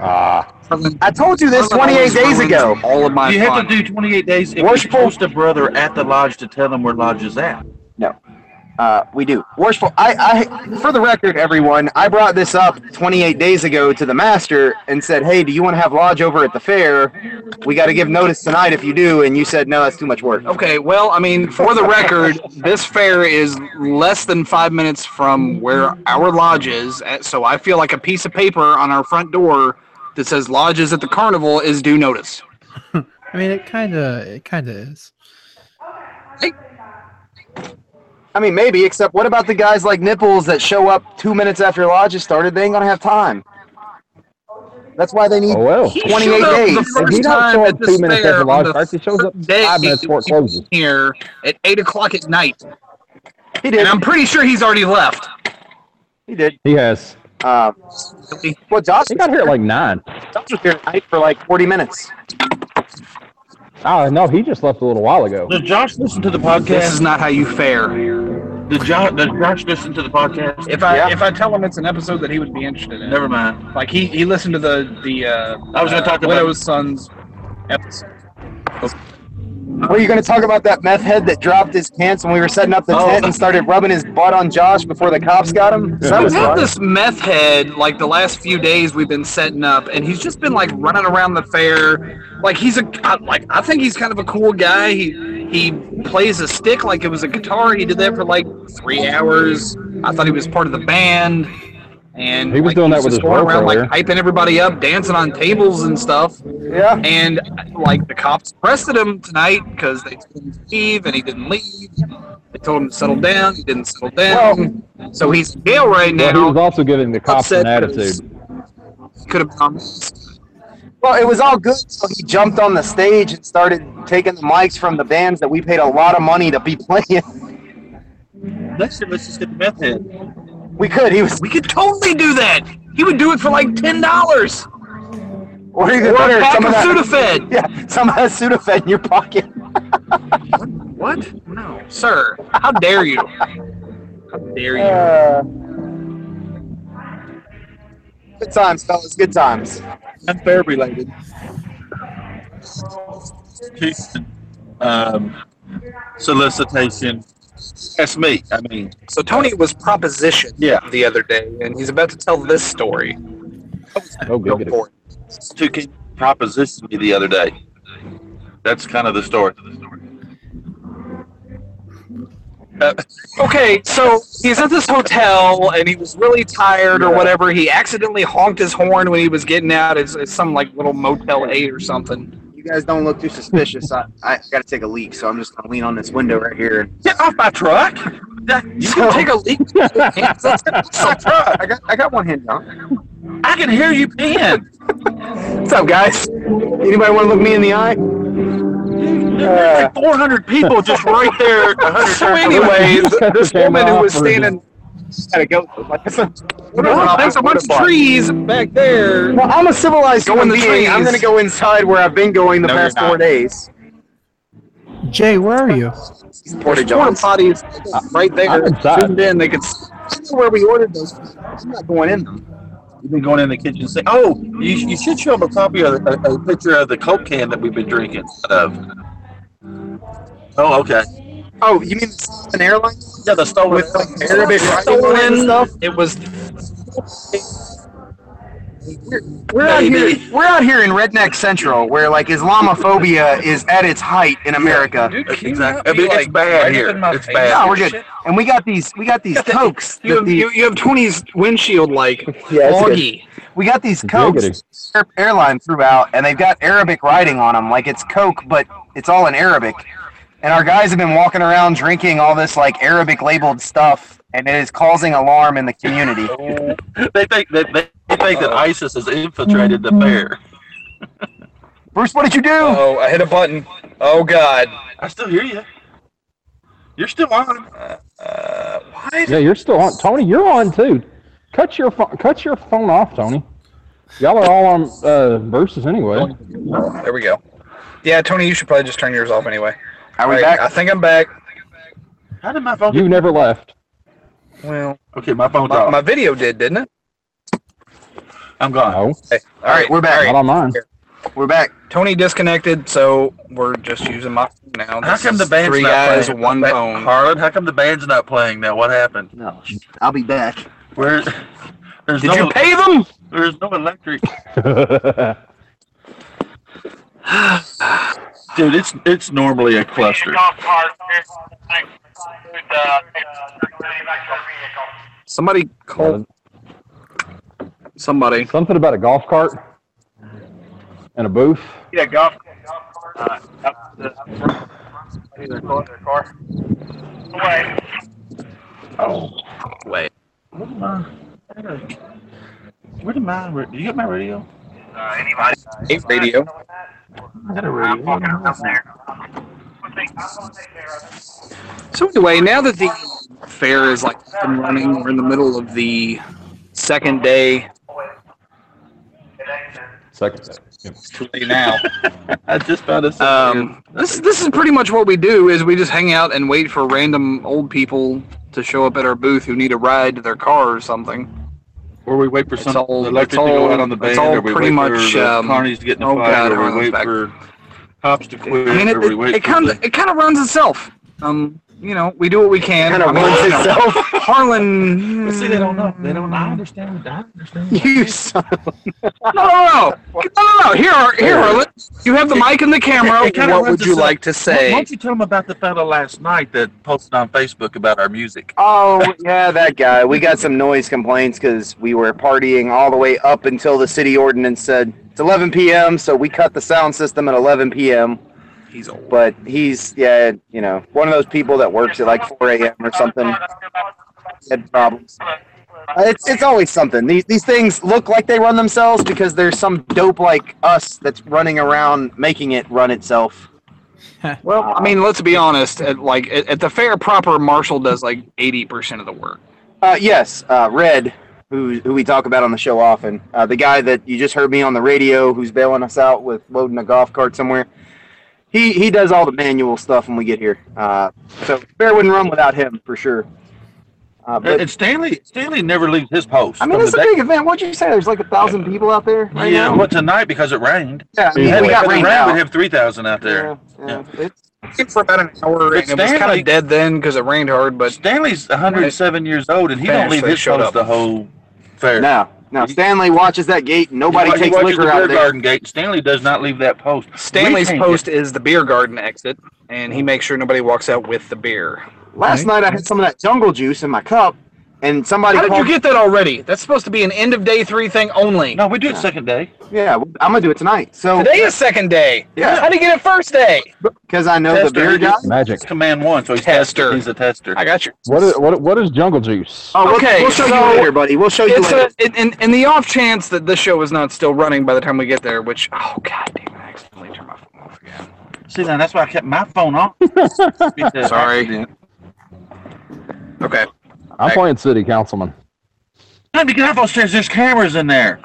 S2: Ah,
S5: I told you this 28 days ago.
S8: All of my
S3: you have
S8: fun.
S3: to do 28 days if
S5: Worshipful-
S3: you post a brother at the lodge to tell them where lodge is at.
S5: Uh, we do. Worshipful, I, I, for the record, everyone, I brought this up 28 days ago to the master and said, hey, do you want to have lodge over at the fair? We got to give notice tonight if you do. And you said, no, that's too much work.
S1: Okay, well, I mean, for the record, this fair is less than five minutes from where our lodge is, eh, so I feel like a piece of paper on our front door that says lodges at the carnival is due notice.
S4: I mean, it kind of, it kind of is.
S5: I mean, maybe, except what about the guys like Nipples that show up two minutes after lodge has started? They ain't going to have time. That's why they need.
S2: oh well.
S1: He
S5: 28
S1: showed up
S5: days.
S1: The
S2: If
S5: If
S1: first
S2: he don't
S1: time
S2: show
S1: at
S2: up
S1: this
S2: two minutes
S1: fair
S2: after
S1: on
S2: lodge
S1: the
S2: park, he shows up
S1: third day
S2: five minutes before it
S1: he was
S2: closes.
S1: Here at eight o'clock at night,
S5: He
S1: and
S5: did.
S1: I'm pretty sure he's already left.
S5: He did.
S2: He has.
S5: Uh, well, Josh,
S2: He got here at like nine.
S5: Josh was here tonight for like 40 minutes.
S2: Oh no, he just left a little while ago.
S3: Does Josh listen to the
S1: This is
S3: podcast?
S1: not how you fare.
S3: Does Josh, does Josh listen to the podcast?
S1: If I
S5: Yeah.
S1: if I tell him it's an episode that he would be interested in,
S3: Never mind.
S1: Like he he listened to the the uh,
S3: I was gonna
S1: uh,
S3: talk about-
S1: Widow's Sons episode.
S5: Were you going to talk about that meth head that dropped his pants when we were setting up the
S3: Oh.
S5: tent and started rubbing his butt on Josh before the cops got him? That
S1: We've
S5: was
S1: had
S5: fun.
S1: this meth head like the last few days we've been setting up, and he's just been like running around the fair. Like he's a I, like I think he's kind of a cool guy. He he plays a stick like it was a guitar. He did that for like three hours. I thought he was part of the band, and
S2: He was
S1: like,
S2: doing that with
S1: just
S2: his
S1: going
S2: rope
S1: around like
S2: earlier.
S1: hyping everybody up, dancing on tables and stuff.
S5: Yeah.
S1: And like the cops arrested him tonight because they told him to leave and he didn't leave. They told him to settle down. He didn't settle down. so he's in jail right
S2: Well, he
S1: now.
S2: was also giving the cops an
S1: upset
S2: attitude.
S1: because- Could have been.
S5: Well, it was all good. So he jumped on the stage and started taking the mics from the bands that we paid a lot of money to be playing.
S3: Next time, let's just get the meth head.
S5: We could. He was.
S1: We could totally do that. He would do it for like ten dollars
S5: Or
S1: or
S5: even
S1: a
S5: better,
S1: pack
S5: some of
S1: of
S5: that.
S1: Sudafed.
S5: Yeah, some of that Sudafed in your pocket.
S1: What? No, sir. How dare you? How dare you?
S5: Uh, good times, fellas. Good times.
S3: Unfair related. Um, solicitation. That's me. I mean,
S1: So Tony was propositioned
S3: Yeah.
S1: the other day, and he's about to tell this story.
S2: Oh, good.
S1: Go
S2: good.
S1: for it.
S3: two kids propositioned me the other day. That's kind of the story.
S1: Okay, so he's at this hotel and he was really tired or whatever. He accidentally honked his horn when he was getting out. It's, it's some like little Motel 8 or something.
S5: You guys don't look too suspicious. I, I got to take a leak, so I'm just gonna lean on this window right here.
S3: Get off my truck!
S1: You can take a leak. That's a truck.
S5: I got I got one hand down.
S3: I can hear you peeing.
S1: What's up, guys?
S5: Anybody want to look me in the eye?
S3: There's like 400 people just right there. 100
S1: So, anyways,
S2: Cut the
S1: this woman
S2: camera
S1: who
S2: off
S1: was
S2: for a
S1: standing.
S5: Gotta go.
S1: Well, oh, there's a bunch of trees back there.
S5: Well, I'm a civilized
S1: Go in
S5: human
S1: the
S5: being. I'm
S1: trees.
S5: gonna go inside where I've been going the
S3: No,
S5: past
S3: you're
S5: four
S3: not.
S5: days.
S4: Jay, where are you?
S5: Porta
S1: Porta
S5: johns.
S1: potties right
S2: I'm
S1: there.
S2: inside.
S1: Zoomed in, they could. s-
S5: Where we ordered those. I'm not going in them.
S3: You've been going in the kitchen and saying, "Oh, you, you should show them a copy of a, a picture of the Coke can that we've been drinking out of." Oh, okay.
S5: Oh, you mean an airline
S3: Yeah, the stolen
S5: with like, Arabic writing on it and stuff?
S1: It was
S5: We're out
S3: Maybe.
S5: here. We're out here in redneck central, where like Islamophobia is at its height in America.
S3: Exactly. I mean, it's bad here. It's
S5: No,
S3: bad.
S5: we're good. And we got these. We got these cokes.
S1: you
S5: that
S1: have,
S5: the-
S1: you, you have Tony's windshield like
S5: Yeah, it's good.
S1: foggy.
S5: we got these cokes.
S2: Giggity.
S5: Arab airline threw out, and they've got Arabic writing on them, like it's Coke, but it's all in Arabic. And our guys have been walking around drinking all this like Arabic labeled stuff, and it is causing alarm in the community.
S3: They think that they, they think that ISIS has infiltrated the fair.
S5: Bruce, what did you do?
S1: Oh, I hit a button. Oh God.
S3: I still hear you. You're still on.
S2: Yeah, you're still on. Tony, you're on too. Cut your phone. Cut your phone off, Tony. Y'all are all on uh, Bruce's anyway.
S1: There we go. Yeah, Tony, you should probably just turn yours off anyway.
S5: Are we
S1: Like,
S5: back?
S1: I think I'm back.
S3: How did my phone?
S2: You never left.
S1: Well,
S3: okay, my phone
S1: my,
S5: Oh.
S3: dropped.
S1: my video did, didn't it?
S3: I'm gone.
S2: No,
S1: All right,
S5: We're back.
S2: not on mine.
S5: We're back.
S1: Tony disconnected, so we're just using my phone now.
S3: How
S1: This
S3: come the
S1: is
S3: band's
S1: three
S3: not
S1: guys,
S3: playing?
S1: one
S3: Ba-
S1: phone?
S3: Harlan, how come the band's not playing now? What happened?
S5: No, I'll be back.
S3: Where? There's
S1: Did
S3: no.
S1: you pay them?
S3: There's no electric. Dude, it's it's normally a cluster.
S7: Golf cart. With, uh, vehicle.
S1: Somebody call somebody.
S2: Something about a golf cart and a booth.
S7: Yeah, golf. Uh, up to the- their car, their car. Away.
S3: Oh.
S1: Wait.
S3: Where's my- Where did mine? Where, do you get my radio?
S7: Uh, anybody?
S1: Eight radio.
S3: I got a
S7: I'm
S3: radio.
S7: walking around there.
S1: So anyway, now that the fair is like up and running, we're in the middle of the second day.
S2: Second. Yep.
S1: now.
S3: I just found a.
S1: Um, this this is pretty much what we do is we just hang out and wait for random old people to show up at our booth who need a ride to their car or something.
S3: or we wait for
S1: it's
S3: some
S1: all-
S3: electric
S1: it's
S3: to go
S1: all-
S3: out on the
S1: it's
S3: band,
S1: all
S3: or we
S1: pretty
S3: wait
S1: much,
S3: for the
S1: um,
S3: carnies to get in the
S1: oh,
S3: fight,
S1: God,
S3: or
S1: Harlan's
S3: we wait
S1: back.
S3: for cops to quit,
S1: I mean, it,
S3: or we wait
S1: it, it
S3: for
S1: kind
S3: the-
S1: of it kind of runs itself. Um, you know, we do what we can.
S5: Kind
S1: I
S5: of
S1: mean,
S5: runs
S1: you know,
S5: itself.
S1: Harlan.
S3: See, they don't know. They don't. I understand. I understand.
S1: You son. of a- No, no, no, no, no, no. Here, Har- here, Harlan. You have the mic and the camera.
S3: It kinda
S1: what
S3: runs
S1: would you
S3: itself.
S1: like to
S3: Why
S1: say?
S3: don't you tell them about the fellow last night that posted on Facebook about our music?
S5: Oh, yeah, that guy. We got some noise complaints because we were partying all the way up until the city ordinance said it's 11 p.m., so we cut the sound system at 11 p.m.
S1: He's old.
S5: But he's, yeah, you know, one of those people that works at like 4 a.m. or something. Had problems. Uh, It's, it's always something. These, these things look like they run themselves because there's some dope like us that's running around making it run itself.
S1: Well, I mean, let's be honest. At like at, at the fair proper, Marshall does like eighty percent of the work.
S5: Uh, yes, uh, Red, who who we talk about on the show often, uh, the guy that you just heard me on the radio, who's bailing us out with loading a golf cart somewhere. He he does all the manual stuff when we get here. Uh, so fair wouldn't run without him for sure. Uh, but
S3: and Stanley, Stanley never leaves his post.
S5: I mean,
S3: from
S5: it's a
S3: the
S5: big event. What'd you say? There's like a thousand people out there
S3: day-
S5: right
S3: yeah,
S5: now.
S3: well, tonight because it rained.
S5: yeah, I mean,
S3: Had
S5: we
S3: it
S5: got
S3: been
S5: rained
S3: rain,
S5: out.
S3: We'd have three thousand out there.
S5: Yeah, yeah. It's-
S1: for about an hour, and it was kind
S3: Stanley-
S1: of dead then because it rained hard.
S3: But
S1: But
S3: Stanley's 107 years old, and he don't
S1: Fast,
S3: leave
S1: they
S3: his
S1: showed
S3: post
S1: up.
S3: the whole fair.
S5: No, no. Stanley watches that gate. and Nobody
S3: He wa- he
S5: takes
S3: watches
S5: liquor
S3: the
S5: out
S3: beer
S5: of there.
S3: garden gate. Stanley does not leave that post. We
S1: Stanley's
S3: can't
S1: post is the beer garden exit, and he makes sure nobody walks out with the beer.
S5: Last night I had some of that jungle juice in my cup, and somebody
S1: How did
S5: called
S1: you get that already? That's supposed to be an end of day three thing only.
S3: get- No, we do it second day.
S5: Yeah, well, I'm gonna do it tonight. So
S1: Today is second day.
S5: Yeah.
S1: How do you get it first day?
S5: because I know the
S3: Tester,
S5: beer
S3: he
S5: guy.
S3: just-
S2: Magic.
S3: It's command one, so he's
S1: Tester.
S3: tester. He's a tester.
S1: I got you.
S2: What is what? What is jungle juice?
S5: Oh, we'll,
S1: Okay,
S5: we'll show
S1: so-
S5: you later, buddy. We'll show you
S1: It's
S5: later.
S1: a, in, in, in the off chance that this show is not still running by the time we get there, which, oh, god damn it, I accidentally turned my phone off again.
S3: See, now that's why I kept my phone on.
S1: Sorry. Okay.
S2: I'm playing city councilman.
S3: Time to get off those chairs. There's cameras in there.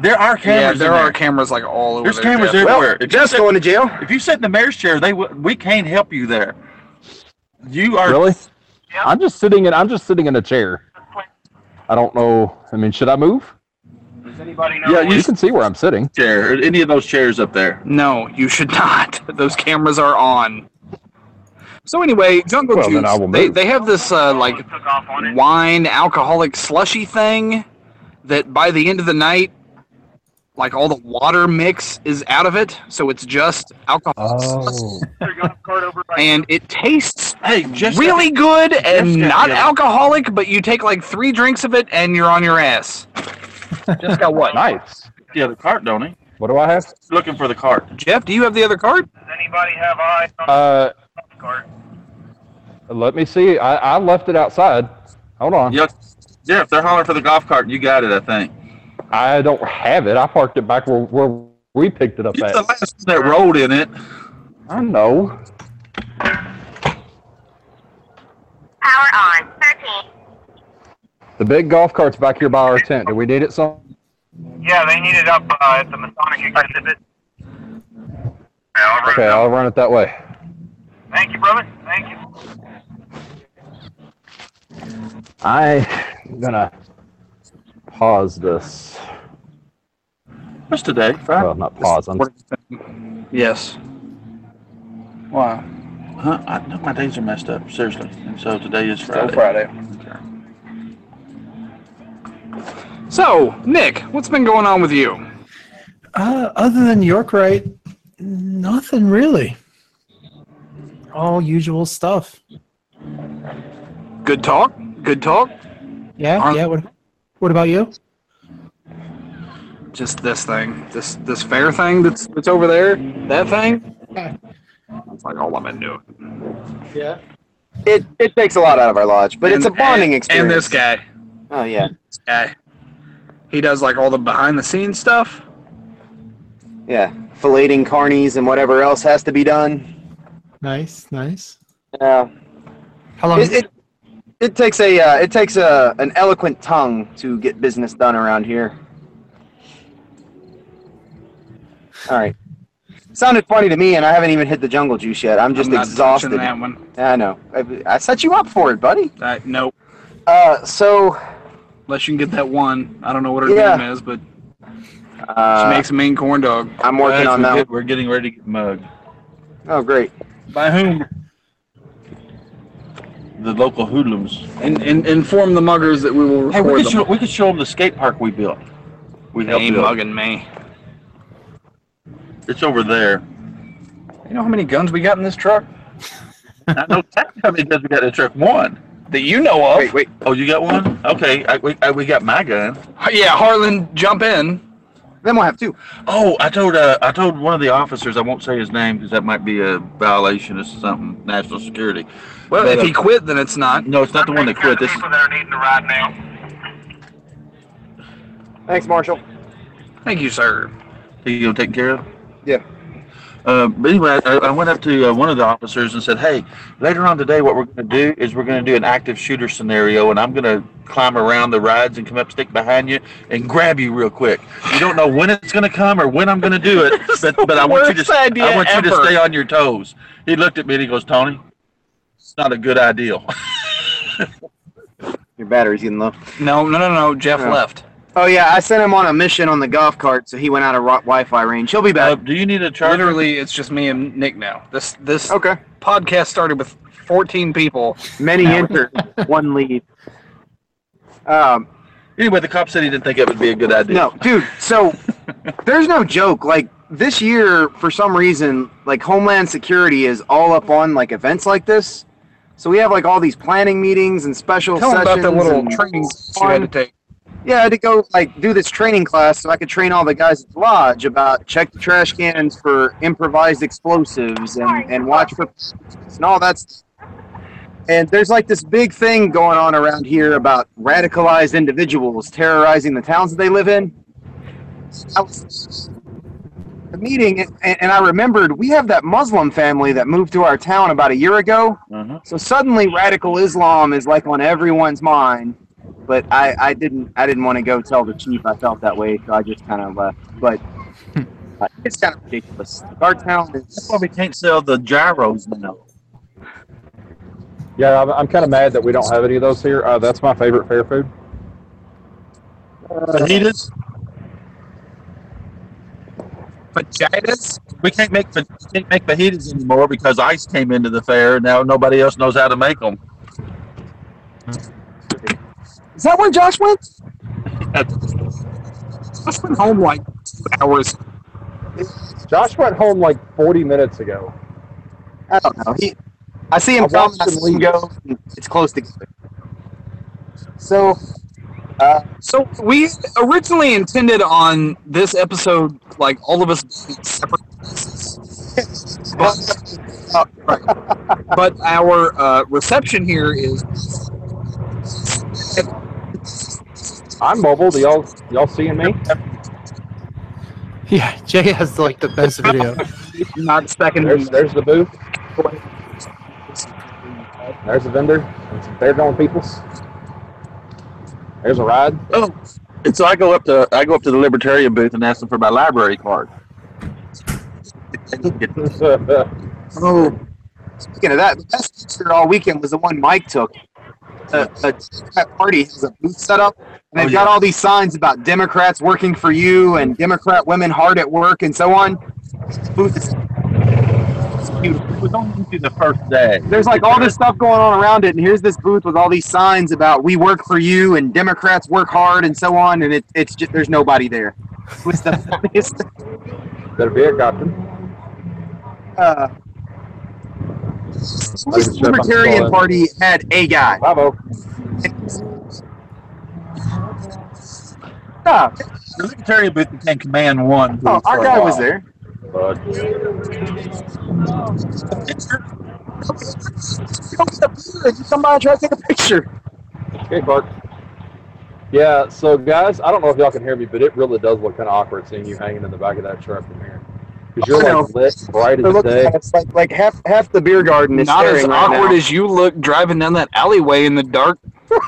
S3: There are
S1: Yeah,
S3: cameras.
S1: there
S3: in
S1: are cameras like all over
S3: There's
S1: there,
S3: cameras
S1: Jeff.
S5: well,
S3: everywhere. If you
S5: Jeff's
S3: sit-
S5: going to jail.
S3: If you sit in the mayor's chair, they w- we can't help you there. You are
S2: Really? I'm just sitting in. I'm just sitting in a chair. I don't know. I mean, should I move?
S3: yeah.
S2: You
S3: You
S2: can see where I'm sitting.
S3: chair or any of those chairs up there.
S1: No, you should not. Those cameras are on. So anyway, Jungle
S2: Well, then I will
S1: Juice. They,
S2: move.
S1: they have this uh, like
S7: Took off on it.
S1: wine alcoholic slushy thing that by the end of the night, like all the water mix is out of it, so it's just alcohol,
S2: Oh,
S7: Your golf cart over by-
S1: and it tastes
S3: Hey, just
S1: really good and
S3: Jeff's got
S1: not
S3: it.
S1: alcoholic. But you take like three drinks of it, and you're on your ass. Jeff got what?
S2: nice.
S3: the other cart, don't he?
S2: What do I have?
S3: Looking for the cart.
S1: Jeff, do you have the other card?
S7: Does anybody have eyes on
S2: Uh,
S7: the golf cart?
S2: let me see. I, I left it outside. Hold on.
S3: Yep. Yeah, if they're hollering for the golf cart, you got it, I think.
S2: I don't have it. I parked it back where, where we picked it up
S3: You're
S2: at.
S3: the last one that rolled in it.
S2: I know.
S8: Power on. 13.
S2: The big golf cart's back here by our tent. Do we need it some?
S7: Yeah, they need it up uh, at the Masonic exhibit. Yeah, all right.
S2: Okay, I'll run it that way.
S7: Thank you, brother. Thank you.
S2: I'm gonna pause this.
S3: Just today, right?
S2: Well, not pause. I'm,
S1: Yes.
S3: Why? Huh? I, no, my days are messed up, seriously. And so today is Friday.
S5: Still Friday.
S1: So, Nick, what's been going on with you?
S4: Uh, other than York right, nothing really. All usual stuff.
S1: Good talk. Good talk.
S4: Yeah,
S1: Aren't-
S4: yeah. What, what about you?
S1: Just this thing, this this fair thing that's that's over there, that thing. That's like all I've been doing.
S4: Yeah.
S5: It it takes a lot out of our lodge, but it's a
S1: And-
S5: bonding
S1: and-
S5: experience.
S1: And this guy,
S5: Oh yeah,
S1: this guy, he does like all the behind the scenes stuff.
S5: yeah. Filleting carnies and whatever else has to be done.
S4: Nice, nice.
S5: Yeah.
S4: How long?
S5: It, it, it takes a uh, it takes a an eloquent tongue to get business done around here. All right. Sounded funny to me, and I haven't even hit the jungle juice yet. I'm just
S1: I'm not touching
S5: exhausted.
S1: That one.
S5: I know. I, I set you up for it, buddy.
S1: Uh, nope.
S5: Uh, so
S1: Unless you can get that one. I don't know what her
S5: Yeah.
S1: name is, but she
S5: uh,
S1: makes a mean corn dog.
S5: I'm working
S3: Guys,
S5: on
S3: we're
S5: that.
S3: get- We're getting ready to get mugged.
S5: One. Oh, great.
S3: By whom? The local hoodlums.
S1: And, and inform the muggers that we will record
S3: Hey, we could,
S1: them.
S3: show, we could show them the skate park we built. We
S1: They
S3: helped
S1: ain't
S3: build.
S1: mugging me.
S3: It's over there.
S1: You know how many guns we got in this truck?
S3: I know exactly how many guns we got in the truck. One.
S1: That you know of.
S5: Wait, wait.
S3: Oh, you got one? Okay, I, we, I, we got my gun.
S1: Yeah, Harlan, jump in.
S5: Then we'll have two.
S3: Oh, I told uh, I told one of the officers. I won't say his name because that might be a violation of something national security.
S1: Well,
S3: But,
S1: if
S3: uh,
S1: he quit, then it's not.
S3: no, it's not the one that quit. This
S7: People that are needing a ride now.
S5: Thanks, Marshall.
S1: Thank you, sir.
S3: you know taken care of.
S5: Yeah.
S3: Uh, but anyway, I, I went up to uh, one of the officers and said, "Hey, later on today, what we're going to do is we're going to do an active shooter scenario, and I'm going to climb around the rides and come up, stick behind you, and grab you real quick. You don't know when it's going to come or when I'm going to do it, but, but I want you to
S1: Worst idea
S3: I want you to
S1: ever.
S3: stay on your toes." He looked at me and he goes, "Tony, it's not a good idea."
S5: Your battery's getting low.
S1: No, no, no, no. Jeff
S5: Yeah.
S1: left.
S5: Oh yeah, I sent him on a mission on the golf cart, so he went out of ro- Wi-Fi range. He'll be
S3: Uh,
S5: back.
S3: do you need a charger?
S1: Literally, it's just me and Nick now. This this
S5: okay.
S1: podcast started with 14 people.
S5: Many enter, one lead. Um,
S3: Anyway, the cop said he didn't think it would be a good idea.
S5: no, dude. So there's no joke. Like this year, for some reason, like Homeland Security is all up on like events like this. So we have like all these planning meetings and special
S1: Tell them
S5: sessions.
S1: about the little
S5: and
S1: training you had to take.
S5: Yeah, I had to go like do this training class so I could train all the guys at the lodge about check the trash cans for improvised explosives and, and watch for and all that stuff. And there's like this big thing going on around here about radicalized individuals terrorizing the towns that they live in. I was at the meeting and, and I remembered we have that Muslim family that moved to our town about a year ago.
S3: Mhm.
S5: So suddenly radical Islam is like on everyone's mind. But I, I didn't I didn't want to go tell the chief I felt that way, so I just kind of left. But uh, it's kind of ridiculous. Our town is
S3: That's why we can't sell the gyros now.
S2: yeah, I'm, I'm kind of mad that we don't have any of those here. Uh, that's my favorite fair food.
S3: Fajitas?
S1: Vaginas?
S3: We can't make fa- we can't make fajitas anymore because ice came into the fair. and Now nobody else knows how to make them.
S5: is that where Josh went?
S1: I spent home like two hours.
S2: Josh went home like 40 minutes ago.
S5: I don't know. He, I see him
S2: I
S5: come,
S2: watched
S5: I
S2: him
S5: see him
S2: leave.
S5: go. and It's close together. So, uh,
S1: So we originally intended on this episode, like all of us being separate places. but, Oh, right. but our uh, reception here is
S2: I'm mobile. Do y'all y'all seeing me?
S4: Yeah, Jay has like the best video.
S1: not second.
S2: There's there's the booth. There's the vendor. They're going peoples. There's a ride.
S3: Oh, and so I go up to I go up to the libertarian booth and ask them for my library card.
S2: yeah,
S5: oh, speaking of that, the best picture all weekend was the one Mike took a, a Democrat party has a booth set up, and
S2: Oh,
S5: they've got all these signs about Democrats working for you and Democrat women hard at work and so on. This booth is
S3: It was only to the first day.
S5: there's like all this stuff going on around it, and here's this booth with all these signs about "We work for you" and Democrats work hard and so on, and it, it's just there's nobody there. It was the funniest.
S2: Better be it, Captain.
S5: Uh,
S2: Let's
S5: the
S2: check on
S5: Libertarian
S2: Stalin.
S5: Party had a guy.
S2: Bravo.
S5: Ah,
S3: The Libertarian booth became Command One.
S5: oh,
S3: booth
S5: our
S3: for a
S5: guy was
S3: while.
S5: there.
S2: Bud.
S5: Somebody try to take a picture.
S2: Okay, Bud. Yeah, so guys, I don't know if y'all can hear me, but it really does look kind of awkward seeing you hanging in the back of that truck from here. Because you're
S5: I know.
S2: like lit, bright
S5: They're
S2: as
S5: looking
S2: day.
S5: at us like, like half half the beer garden is
S1: Not
S5: staring
S1: as
S5: right
S1: awkward
S5: now.
S1: as you look driving down that alleyway in the dark.
S5: Turn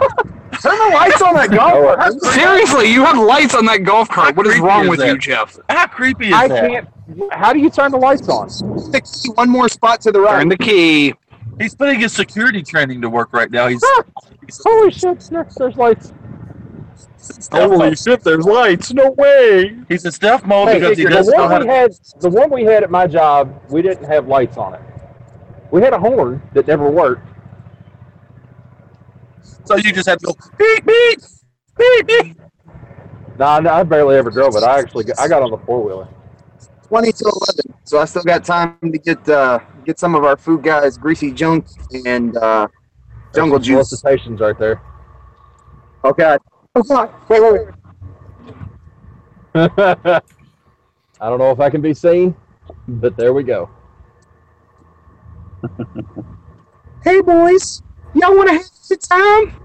S5: the lights on that golf
S2: Oh,
S5: cart.
S1: Seriously, you have lights on that golf cart. What is
S3: creepy
S1: wrong
S3: is
S1: with
S3: that?
S1: you, Jeff?
S3: How creepy is
S2: I
S3: that?
S2: can't. How do you turn the lights on?
S5: One more spot to the right.
S1: Turn the key.
S3: He's putting his security training to work right now. He's
S2: Holy shit, Snurf, there's lights.
S3: Holy
S9: shit, there's lights. No way.
S3: he's in stealth mode
S2: Hey,
S3: because he
S2: the
S3: doesn't know how
S2: one we
S3: to.
S2: had, the one we had at my job, we didn't have lights on it. We had a horn that never worked.
S3: So you just have to go beep beep beep beep.
S2: Nah, nah, I barely ever drove it. I actually, got, I got on the four wheeler.
S5: Twenty to eleven. So I still got time to get uh, get some of our food guys greasy junk and uh, jungle juice.
S2: Solicitations right there.
S5: Oh god. Oh god. Wait, wait, wait.
S2: I don't know if I can be seen, but there we go.
S5: Hey boys, y'all want to have some time?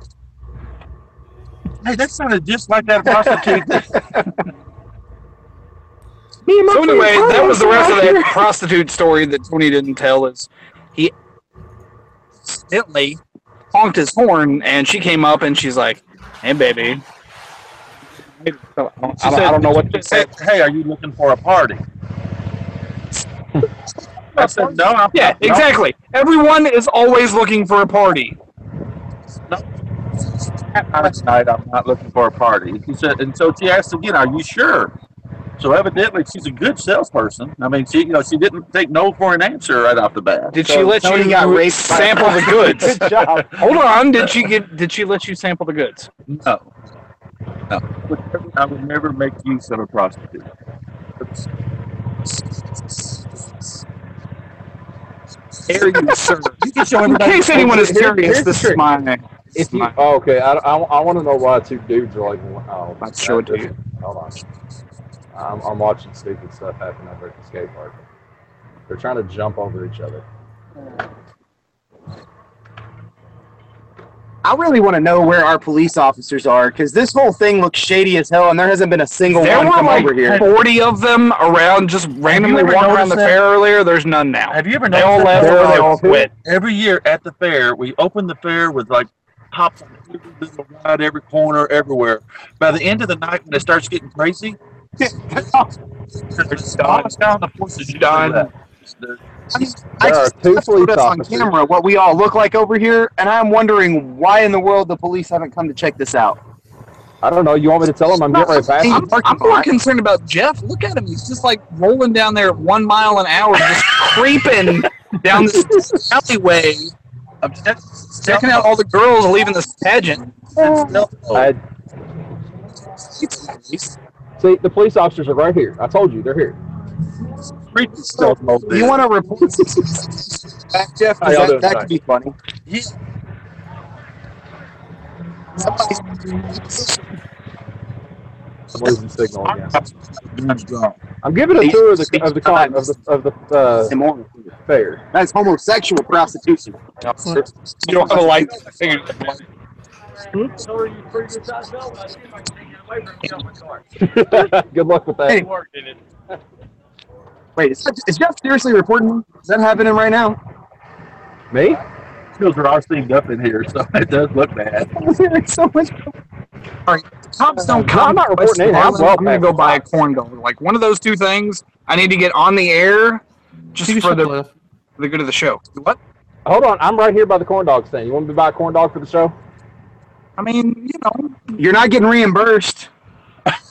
S3: Hey, that sounded just like that prostitute.
S5: Me and my
S1: So
S5: friend
S1: anyway,
S5: Carlos
S1: that was the
S5: are
S1: rest of
S5: out here.
S1: that prostitute story that Tony didn't tell. Is he accidentally honked his horn, and she came up and she's like, "Hey, baby." I don't, I don't- I don't know what to
S3: she
S1: say.
S3: said. Hey, are you looking for a party? I said no. I'm
S1: Yeah,
S3: not, no,
S1: exactly. Everyone is always looking for a party.
S3: not tonight. I'm not looking for a party. She said, and so she asked again, "Are you sure?" So evidently, she's a good salesperson. I mean, she you know she didn't take no for an answer right off the bat.
S1: Did
S5: So
S1: she let
S5: Tony
S1: you
S5: got raped by-
S1: sample the goods?
S2: Good job.
S1: Hold on, did she get? Did she let you sample the goods?
S3: No. No. I would never make use of a prostitute.
S1: Dare you, sir?
S3: You can show
S1: In case anyone is curious,
S2: here's the
S1: this is
S2: trick.
S1: my.
S2: If you, oh, okay, I, I, want to know why two dudes are like. Oh,
S1: I'll show it to
S2: this- Hold on. I'm, I'm watching stupid stuff happen over at the skate park. They're trying to jump over each other.
S5: I really want to know where our police officers are because this whole thing looks shady as hell, and there hasn't been a single
S1: There
S5: one
S1: were
S5: come
S1: like
S5: over here.
S1: 40 of them around, just randomly
S3: ever
S1: walking around
S3: noticed
S1: the
S3: that?
S1: fair earlier. There's none now.
S3: Have you ever
S1: They all left
S3: noticed that
S2: There
S1: or they
S2: are
S1: all
S2: two.
S1: quit.
S3: every year at the fair, we open the fair with like cops on every little ride, every corner, everywhere. By the end of the night, when it starts getting crazy, it's
S1: done.
S3: down the forces. you
S1: Done.
S3: do that.
S5: I mean, I
S2: There are
S5: just
S2: two
S5: I
S2: police
S5: showed us on
S2: officers.
S5: camera what we all look like over here, and I'm wondering why in the world the police haven't come to check this out.
S2: I don't know. You want me to tell them I'm
S5: No,
S2: getting ready to pass
S5: I'm-
S2: you?
S1: I'm, I'm more concerned about Jeff. Look at him. He's just like rolling down there at one mile an hour, just creeping down this alleyway,
S3: I'm just
S1: checking out all the girls leaving this pageant.
S2: I- see, the police officers are right here. I told you, they're here.
S3: creepy stealth mode.
S5: You want to report back, Jeff? 'Cause
S2: How y'all
S5: That,
S2: doing
S5: that could be funny.
S3: Yeah.
S5: Somebody-
S2: I'm losing signal again.
S3: Guns drawn.
S2: I'm giving a tour of the of the con, of the of the uh,
S5: Some more.
S2: fair.
S5: That's homosexual prostitution.
S1: You don't have a light.
S2: Good luck with that.
S5: Wait, is, is Jeff seriously reporting? Is that happening right now?
S2: Me?
S3: Those are all steamed up in here, so it does look bad.
S5: so much.
S1: Cops don't
S2: No,
S1: come.
S2: I'm not reporting anything.
S1: I'm,
S2: I'm well
S1: going to go
S2: packed.
S1: buy a corn dog. Like one of those two things. I need to get on the air just
S4: You
S1: for
S4: should
S1: the,
S4: live.
S1: the good of the show. What?
S2: Hold on, I'm right here by the corn dog stand. You want me to buy a corn dog for the show?
S1: I mean, you know,
S5: You're not getting reimbursed.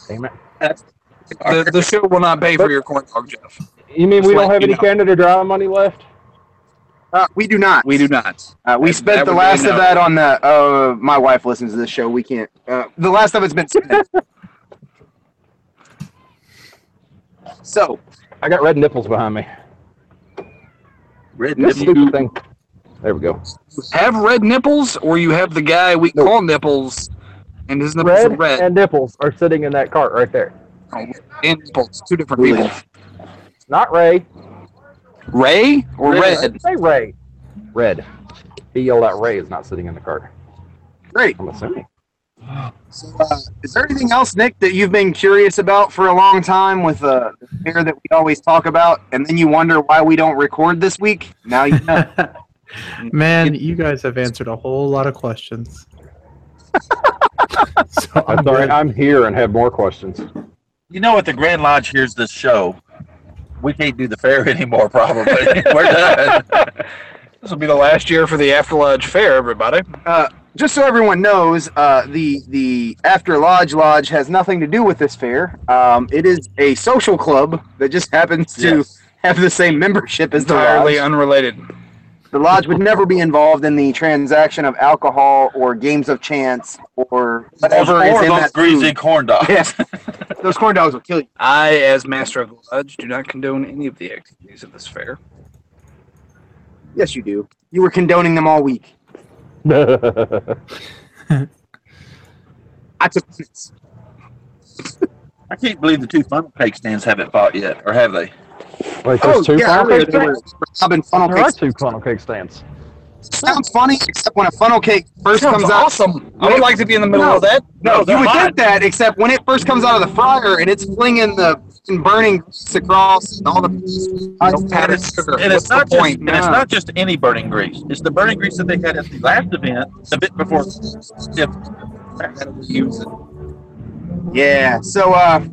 S10: Damn it.
S1: the, the show will not pay for your corn dog, Jeff.
S10: You mean
S1: Just
S10: we don't
S1: let
S10: have
S1: you
S10: any
S1: know.
S10: Canada Dry money left?
S5: Uh, we do not.
S1: We do not.
S5: Uh, we
S1: That-
S5: spent
S1: that
S5: the
S1: would
S5: last
S1: be a
S5: of
S1: no.
S5: that on the. Uh, my wife listens to this show. We can't. Uh, the last of it's been spent. so
S10: I got red nipples behind me.
S1: Red
S10: This
S1: nipples.
S10: stupid thing. There we go.
S1: Have red nipples, or you have the guy we call nipples, and his nipples
S10: Red,
S1: are red.
S10: and nipples are sitting in that cart right there.
S1: Oh, and nipples, two different people.
S10: Not Ray.
S1: Ray or
S10: Red.
S1: red?
S10: Say Ray. Red. He yelled out Ray is not sitting in the cart.
S5: great.
S10: I'm assuming.
S5: So, uh, is there anything else, Nick, that you've been curious about for a long time with uh, the beer that we always talk about, and then you wonder why we don't record this week? Now you know.
S4: Man, you guys have answered a whole lot of questions. So
S10: I'm
S4: I'm
S10: sorry.
S4: good.
S10: I'm here and have more questions.
S3: You know, at the Grand Lodge here's this show, we can't do the fair anymore. Probably we're done.
S1: This will be the last year for the After Lodge Fair, everybody.
S5: uh, just so everyone knows, uh, the the After Lodge Lodge has nothing to do with this fair. Um, it is a social club that just happens to
S3: Yes.
S5: have the same membership as the
S1: Entirely
S5: lodge.
S1: unrelated.
S5: The lodge would never be involved in the transaction of alcohol or games of chance or whatever
S3: Those
S5: is
S3: four
S5: in
S3: of
S5: that
S3: those greasy
S5: food.
S3: corn dogs.
S5: Yeah. Those corn dogs will kill you.
S1: I, as master of the lodge, do not condone any of the activities of this fair.
S5: Yes, you do. You were condoning them all week. Oh, I took offense.
S3: I can't believe the two funnel cake stands haven't fought yet, or have they?
S10: Wait, there's two
S5: I
S10: funnel
S5: read
S10: cake
S5: that there
S10: stands?
S5: was Robin funnel
S10: There are
S5: cake.
S10: two funnel cake stands.
S5: Sounds funny, except when a funnel cake first
S1: Sounds
S5: comes out.
S1: awesome. I would like to be in the middle of that.
S5: No,
S3: they're
S5: you would
S3: hot.
S5: think that, except when it first comes out of the fryer and it's flinging the and burning grease across and all the
S1: Don't powder sugar.
S3: And
S1: What's
S3: it's
S1: the
S3: not just
S1: point?
S3: and it's
S1: No.
S3: not just any burning grease. It's the burning grease that they had at the last event, the bit before.
S5: Yeah. So, uh,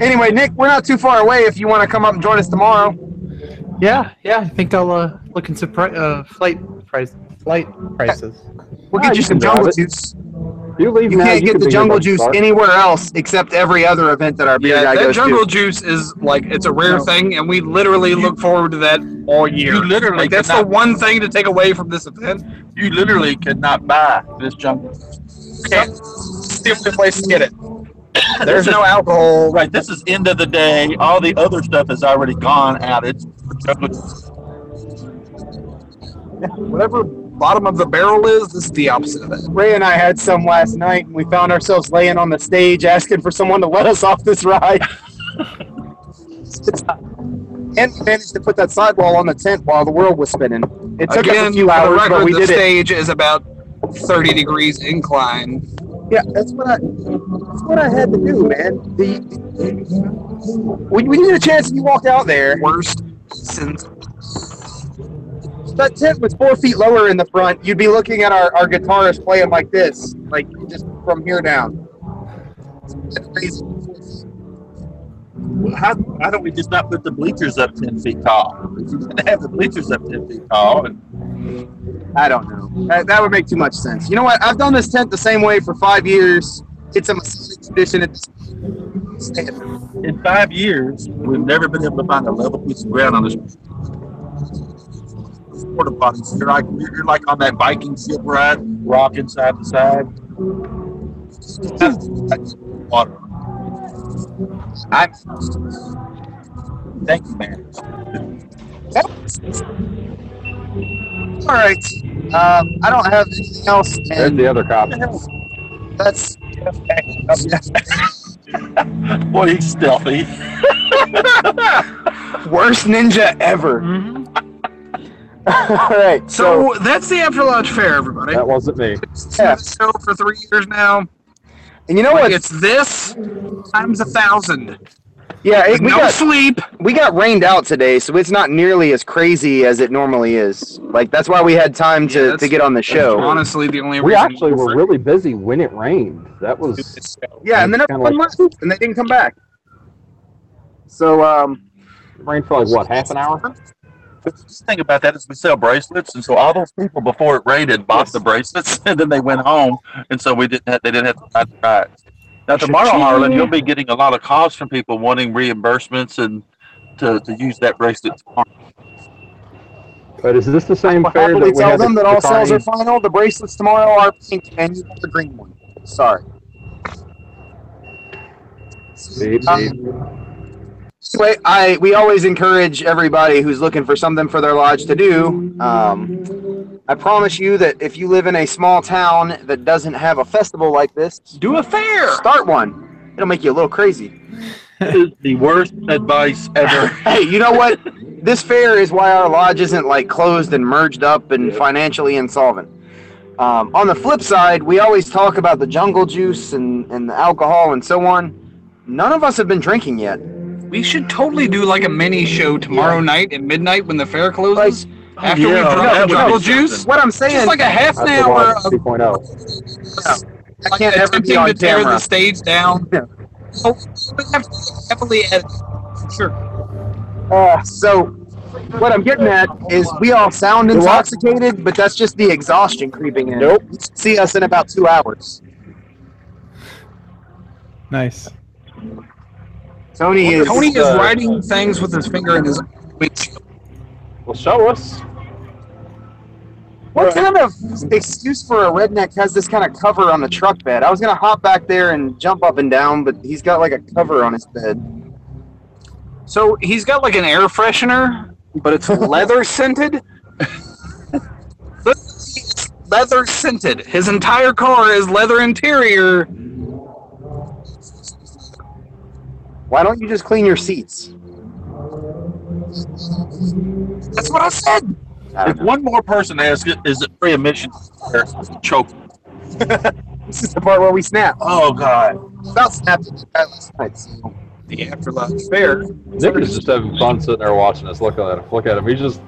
S5: anyway, Nick, we're not too far away. If you want to come up and join us tomorrow,
S4: Yeah, yeah. I think I'll uh, look into pri- uh, flight price, flight prices.
S5: we'll
S10: Ah,
S5: get you
S10: you
S5: some
S10: can drive
S5: jungle
S10: it.
S5: juice.
S10: You leave
S5: You
S10: now,
S5: can't
S10: you
S5: get
S10: can
S5: the
S10: be here by
S5: jungle juice
S10: dark.
S5: anywhere else except every other event that our beer
S1: Yeah,
S5: guy
S1: that
S5: goes
S1: jungle
S5: to.
S1: juice is like it's a rare thing, and we literally look forward to that all year.
S3: You literally
S1: like that's
S3: could
S1: the
S3: not-
S1: one thing to take away from this event.
S3: You literally could not buy this jungle.
S1: Yeah, it's the only place to get it.
S3: This
S1: There's
S3: is-
S1: no alcohol.
S3: Right. This is end of the day. All the other stuff is already gone out. It's jungle juice.
S1: Whatever bottom of the barrel is, this is the opposite of that.
S5: Ray and I had some last night, and we found ourselves laying on the stage asking for someone to let us off this ride. and we managed to put that sidewall on the tent while the world was spinning. It took
S1: Again,
S5: us a few
S1: for the
S5: hours,
S1: record,
S5: but we
S1: the
S5: did it.
S1: stage is about 30 degrees incline.
S5: Yeah, that's what I. That's what I had to do, man. The, when, when you get a chance, you walk out there.
S1: Worst since
S5: That tent was four feet lower in the front. You'd be looking at our, our guitarist playing like this, like just from here down. It's crazy.
S3: How, why don't we just not put the bleachers up ten feet tall? If you can have the bleachers up ten feet tall, and
S5: I don't know. That, that would make too much sense. You know what? I've done this tent the same way for five years. It's a Masonic tradition. At this Stay at home.
S3: in five years, we've never been able to find a level piece of ground on this. Porta potties. You're like you're like on that Viking ship ride, rocking side to side. Water.
S5: I,
S3: Thank you, man.
S5: all right. Um, I don't have anything else.
S10: There's
S5: And
S10: the other cop.
S5: that's
S3: Boy, he's stealthy.
S5: worst ninja ever. all right.
S1: Mm-hmm. So, that's the After Lodge Fair, everybody.
S10: That wasn't me.
S5: Oh, yeah.
S1: So for three years now,
S5: and you know
S1: like
S5: what?
S1: it's this times a thousand.
S5: Yeah, it, we
S1: No
S5: got
S1: sleep.
S5: we got rained out today, so it's not nearly as crazy as it normally is. Like that's why we had time
S1: Yeah,
S5: to,
S1: that's-
S5: to get on the show.
S1: Honestly, the only
S10: We
S1: reason
S10: actually were really busy when it rained. That was
S5: Yeah, and then
S10: Kinda
S5: everyone
S10: like-
S5: left, and they didn't come back. So um.
S10: rained for like what half an hour.
S3: The thing about that is we sell bracelets, and so all those people before it raided bought the bracelets, and then they went home, and so we didn't have, they didn't have to buy the rides. Now tomorrow, Harlan, you'll be getting a lot of calls from people wanting reimbursements and to, to use that bracelet tomorrow.
S10: But is this the same
S5: What
S10: fair
S5: happened?
S10: that
S5: we
S10: we
S5: tell
S10: had
S5: them
S10: the-
S5: that all
S10: the
S5: cells are
S10: Chinese-
S5: final. The bracelets tomorrow are pink, and you have the green one. Sorry.
S10: Beep,
S5: Um, Anyway, I we always encourage everybody who's looking for something for their lodge to do. Um, I promise you that if you live in a small town that doesn't have a festival like this,
S1: do a fair.
S5: Start one. It'll make you a little crazy.
S3: the worst advice ever.
S5: hey, you know what? This fair is why our lodge isn't like closed and merged up and financially insolvent. Um, on the flip side, we always talk about the jungle juice and, and the alcohol and so on. None of us have been drinking yet.
S1: We should totally do like a mini show tomorrow night at midnight when the fair closes. after
S5: yeah,
S1: we've
S5: that
S1: drunk
S5: would
S1: jungle
S5: be
S1: juice.
S5: something. What I'm saying-
S1: just like a half an
S5: That's the
S1: hour
S5: one,
S1: of
S10: 2.0.
S5: I can't ever be
S1: attempting
S5: on
S1: to tear
S5: camera.
S1: the stage down. Oh, we have to heavily edit. Sure.
S5: Uh, so, what I'm getting at is we all sound
S10: The what?
S5: intoxicated, but that's just the exhaustion creeping in.
S10: Nope.
S5: You should See us in about two hours.
S4: Nice.
S5: Tony is.
S1: Tony is
S5: uh,
S1: writing things with his finger in his windshield.
S10: Well, show us.
S5: What kind of excuse for a redneck has this kind of cover on the truck bed? I was gonna hop back there and jump up and down, but he's got like a cover on his bed.
S1: So he's got like an air freshener, but it's leather scented. leather scented. His entire car is leather interior.
S5: Why don't you just clean your seats?
S1: That's what I said.
S3: If one more person asks, it, is it free admission? Or choke.
S5: This is the part where we snap.
S3: Oh God!
S5: About snapping at the guy last night. So.
S1: The afterlife fair.
S10: Nick is just having fun sitting there watching us. Look at him. Look at him. He's just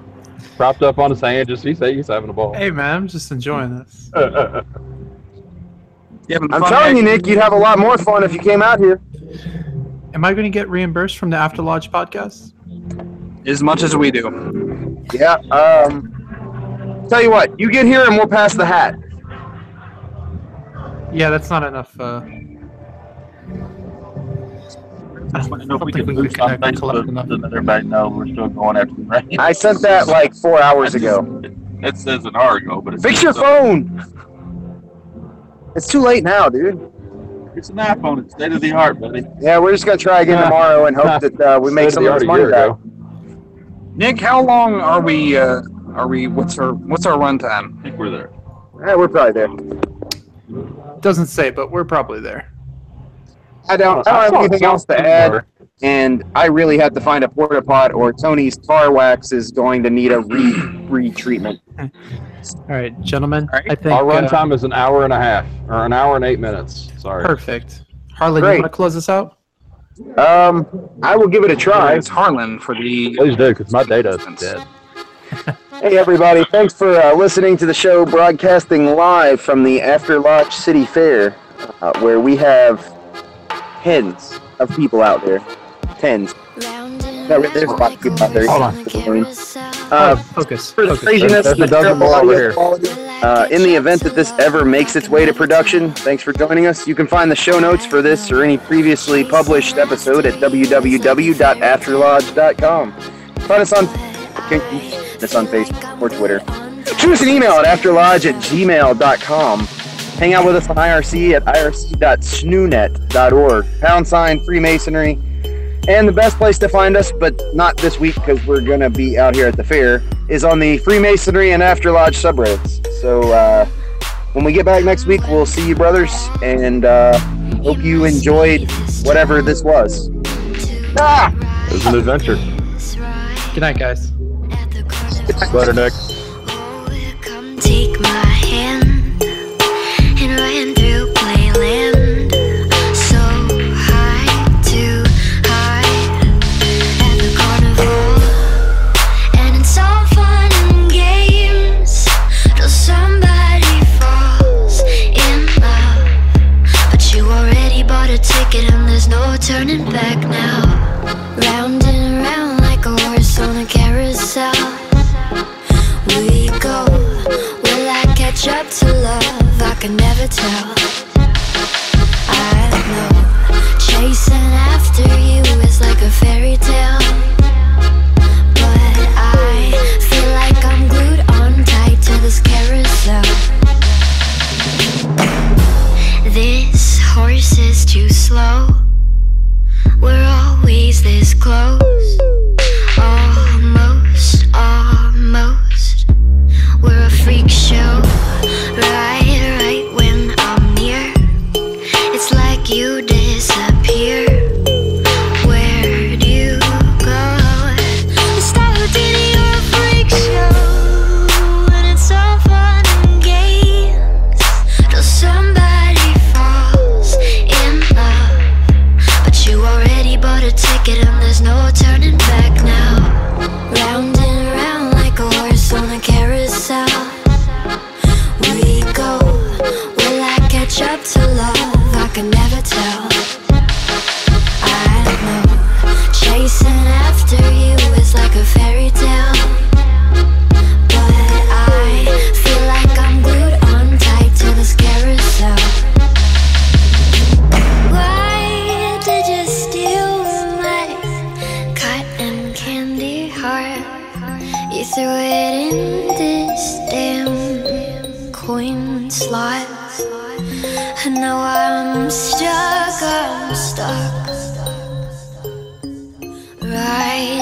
S10: propped up on his hand. Just he's, he's having a ball.
S4: Hey man, I'm just enjoying this.
S5: I'm telling you, Nick, you'd have a lot more fun if you came out here.
S4: Am I going to get reimbursed from the After Lodge podcast?
S1: As much as we do.
S5: Yeah. Um. Tell you what, you get here and we'll pass the hat.
S4: Yeah, that's not enough. Uh, I
S3: I don't know if we
S4: think
S3: can
S4: we
S3: do
S4: could connect
S3: something
S4: and collect
S3: so
S4: enough.
S3: that everybody knows we're still going after the rain.
S5: I sent that like four hours ago.
S3: It says an hour ago, but it's
S5: Fix your phone. It's too late now, dude.
S3: It's an iPhone. It's state of the art, buddy.
S5: Yeah, we're just gonna try again tomorrow and hope that uh, we make
S10: Said
S5: some
S10: the
S5: of this
S10: art a
S5: money
S10: year
S5: back.
S10: ago.
S1: Nick, how long are we? Uh, are we? What's our what's our runtime?
S3: I think we're there.
S5: Yeah, we're probably there.
S4: Doesn't say, but we're probably there.
S5: I don't,
S10: Oh,
S5: I don't have anything else to add, and I really have to find a porta pot, or Tony's tar wax is going to need a re retreatment.
S4: All right, gentlemen.
S1: All right.
S4: I think
S10: Our run
S4: uh,
S10: time is an hour and a half, or an hour and eight minutes. Sorry.
S4: perfect. Harlan, you
S5: Great.
S4: want to close this out?
S5: Um, I will give it a try.
S1: It's Harlan for the.
S10: Please do, because my data is dead.
S5: Hey everybody, thanks for uh, listening to the show broadcasting live from the After Lodge City Fair, uh, where we have tens of people out there. Tens. No, there's about to get about 30
S4: Hold on.
S5: Uh,
S4: Focus.
S5: for the
S4: Focus.
S5: craziness
S10: Oh, There's
S5: and the
S10: a dozen
S5: terrible
S10: more over
S5: audio
S10: here.
S5: quality, uh, in the event that this ever makes its way to production, thanks for joining us. You can find the show notes for this or any previously published episode at www.afterlodge.com. Find us on, find us on Facebook or Twitter. Shoot us an email at afterlodge at gmail.com. Hang out with us on IRC at E irc.snoonet.org. Pound sign Freemasonry. And the best place to find us, but not this week because we're going to be out here at the fair, is on the Freemasonry and After Lodge subreddits. So uh, when we get back next week, we'll see you, brothers, and uh, hope you enjoyed whatever this was. Ah!
S10: It was an adventure.
S4: Good night, guys.
S10: Later, Nick.
S11: Come take my hand and run through playland. So high, too high at the carnival, and it's all fun and games till somebody falls in love. But you already bought a ticket and there's no turning back now. Round and round like a horse on a carousel. trapped to love, I can never tell. I know chasing after you is like a fairy tale. But I feel like I'm glued on tight to this carousel. This horse is too slow. We're always this close. Almost, almost. We're a freak show. Right, right when I'm near. It's like you disappear. Where do you go? It's that Houdini, you're a freak show. And it's all fun and games. Till somebody falls in love. But you already bought a ticket and there's no turning back now. Round and round like a horse on a carousel. We go, will I catch up to love? I can never tell. I know, chasing after you is like a fairy tale. But I feel like I'm glued on tight to this carousel. Why did you steal my cotton candy heart? You threw it in this damn coin slot. And now I'm stuck, I'm stuck. Right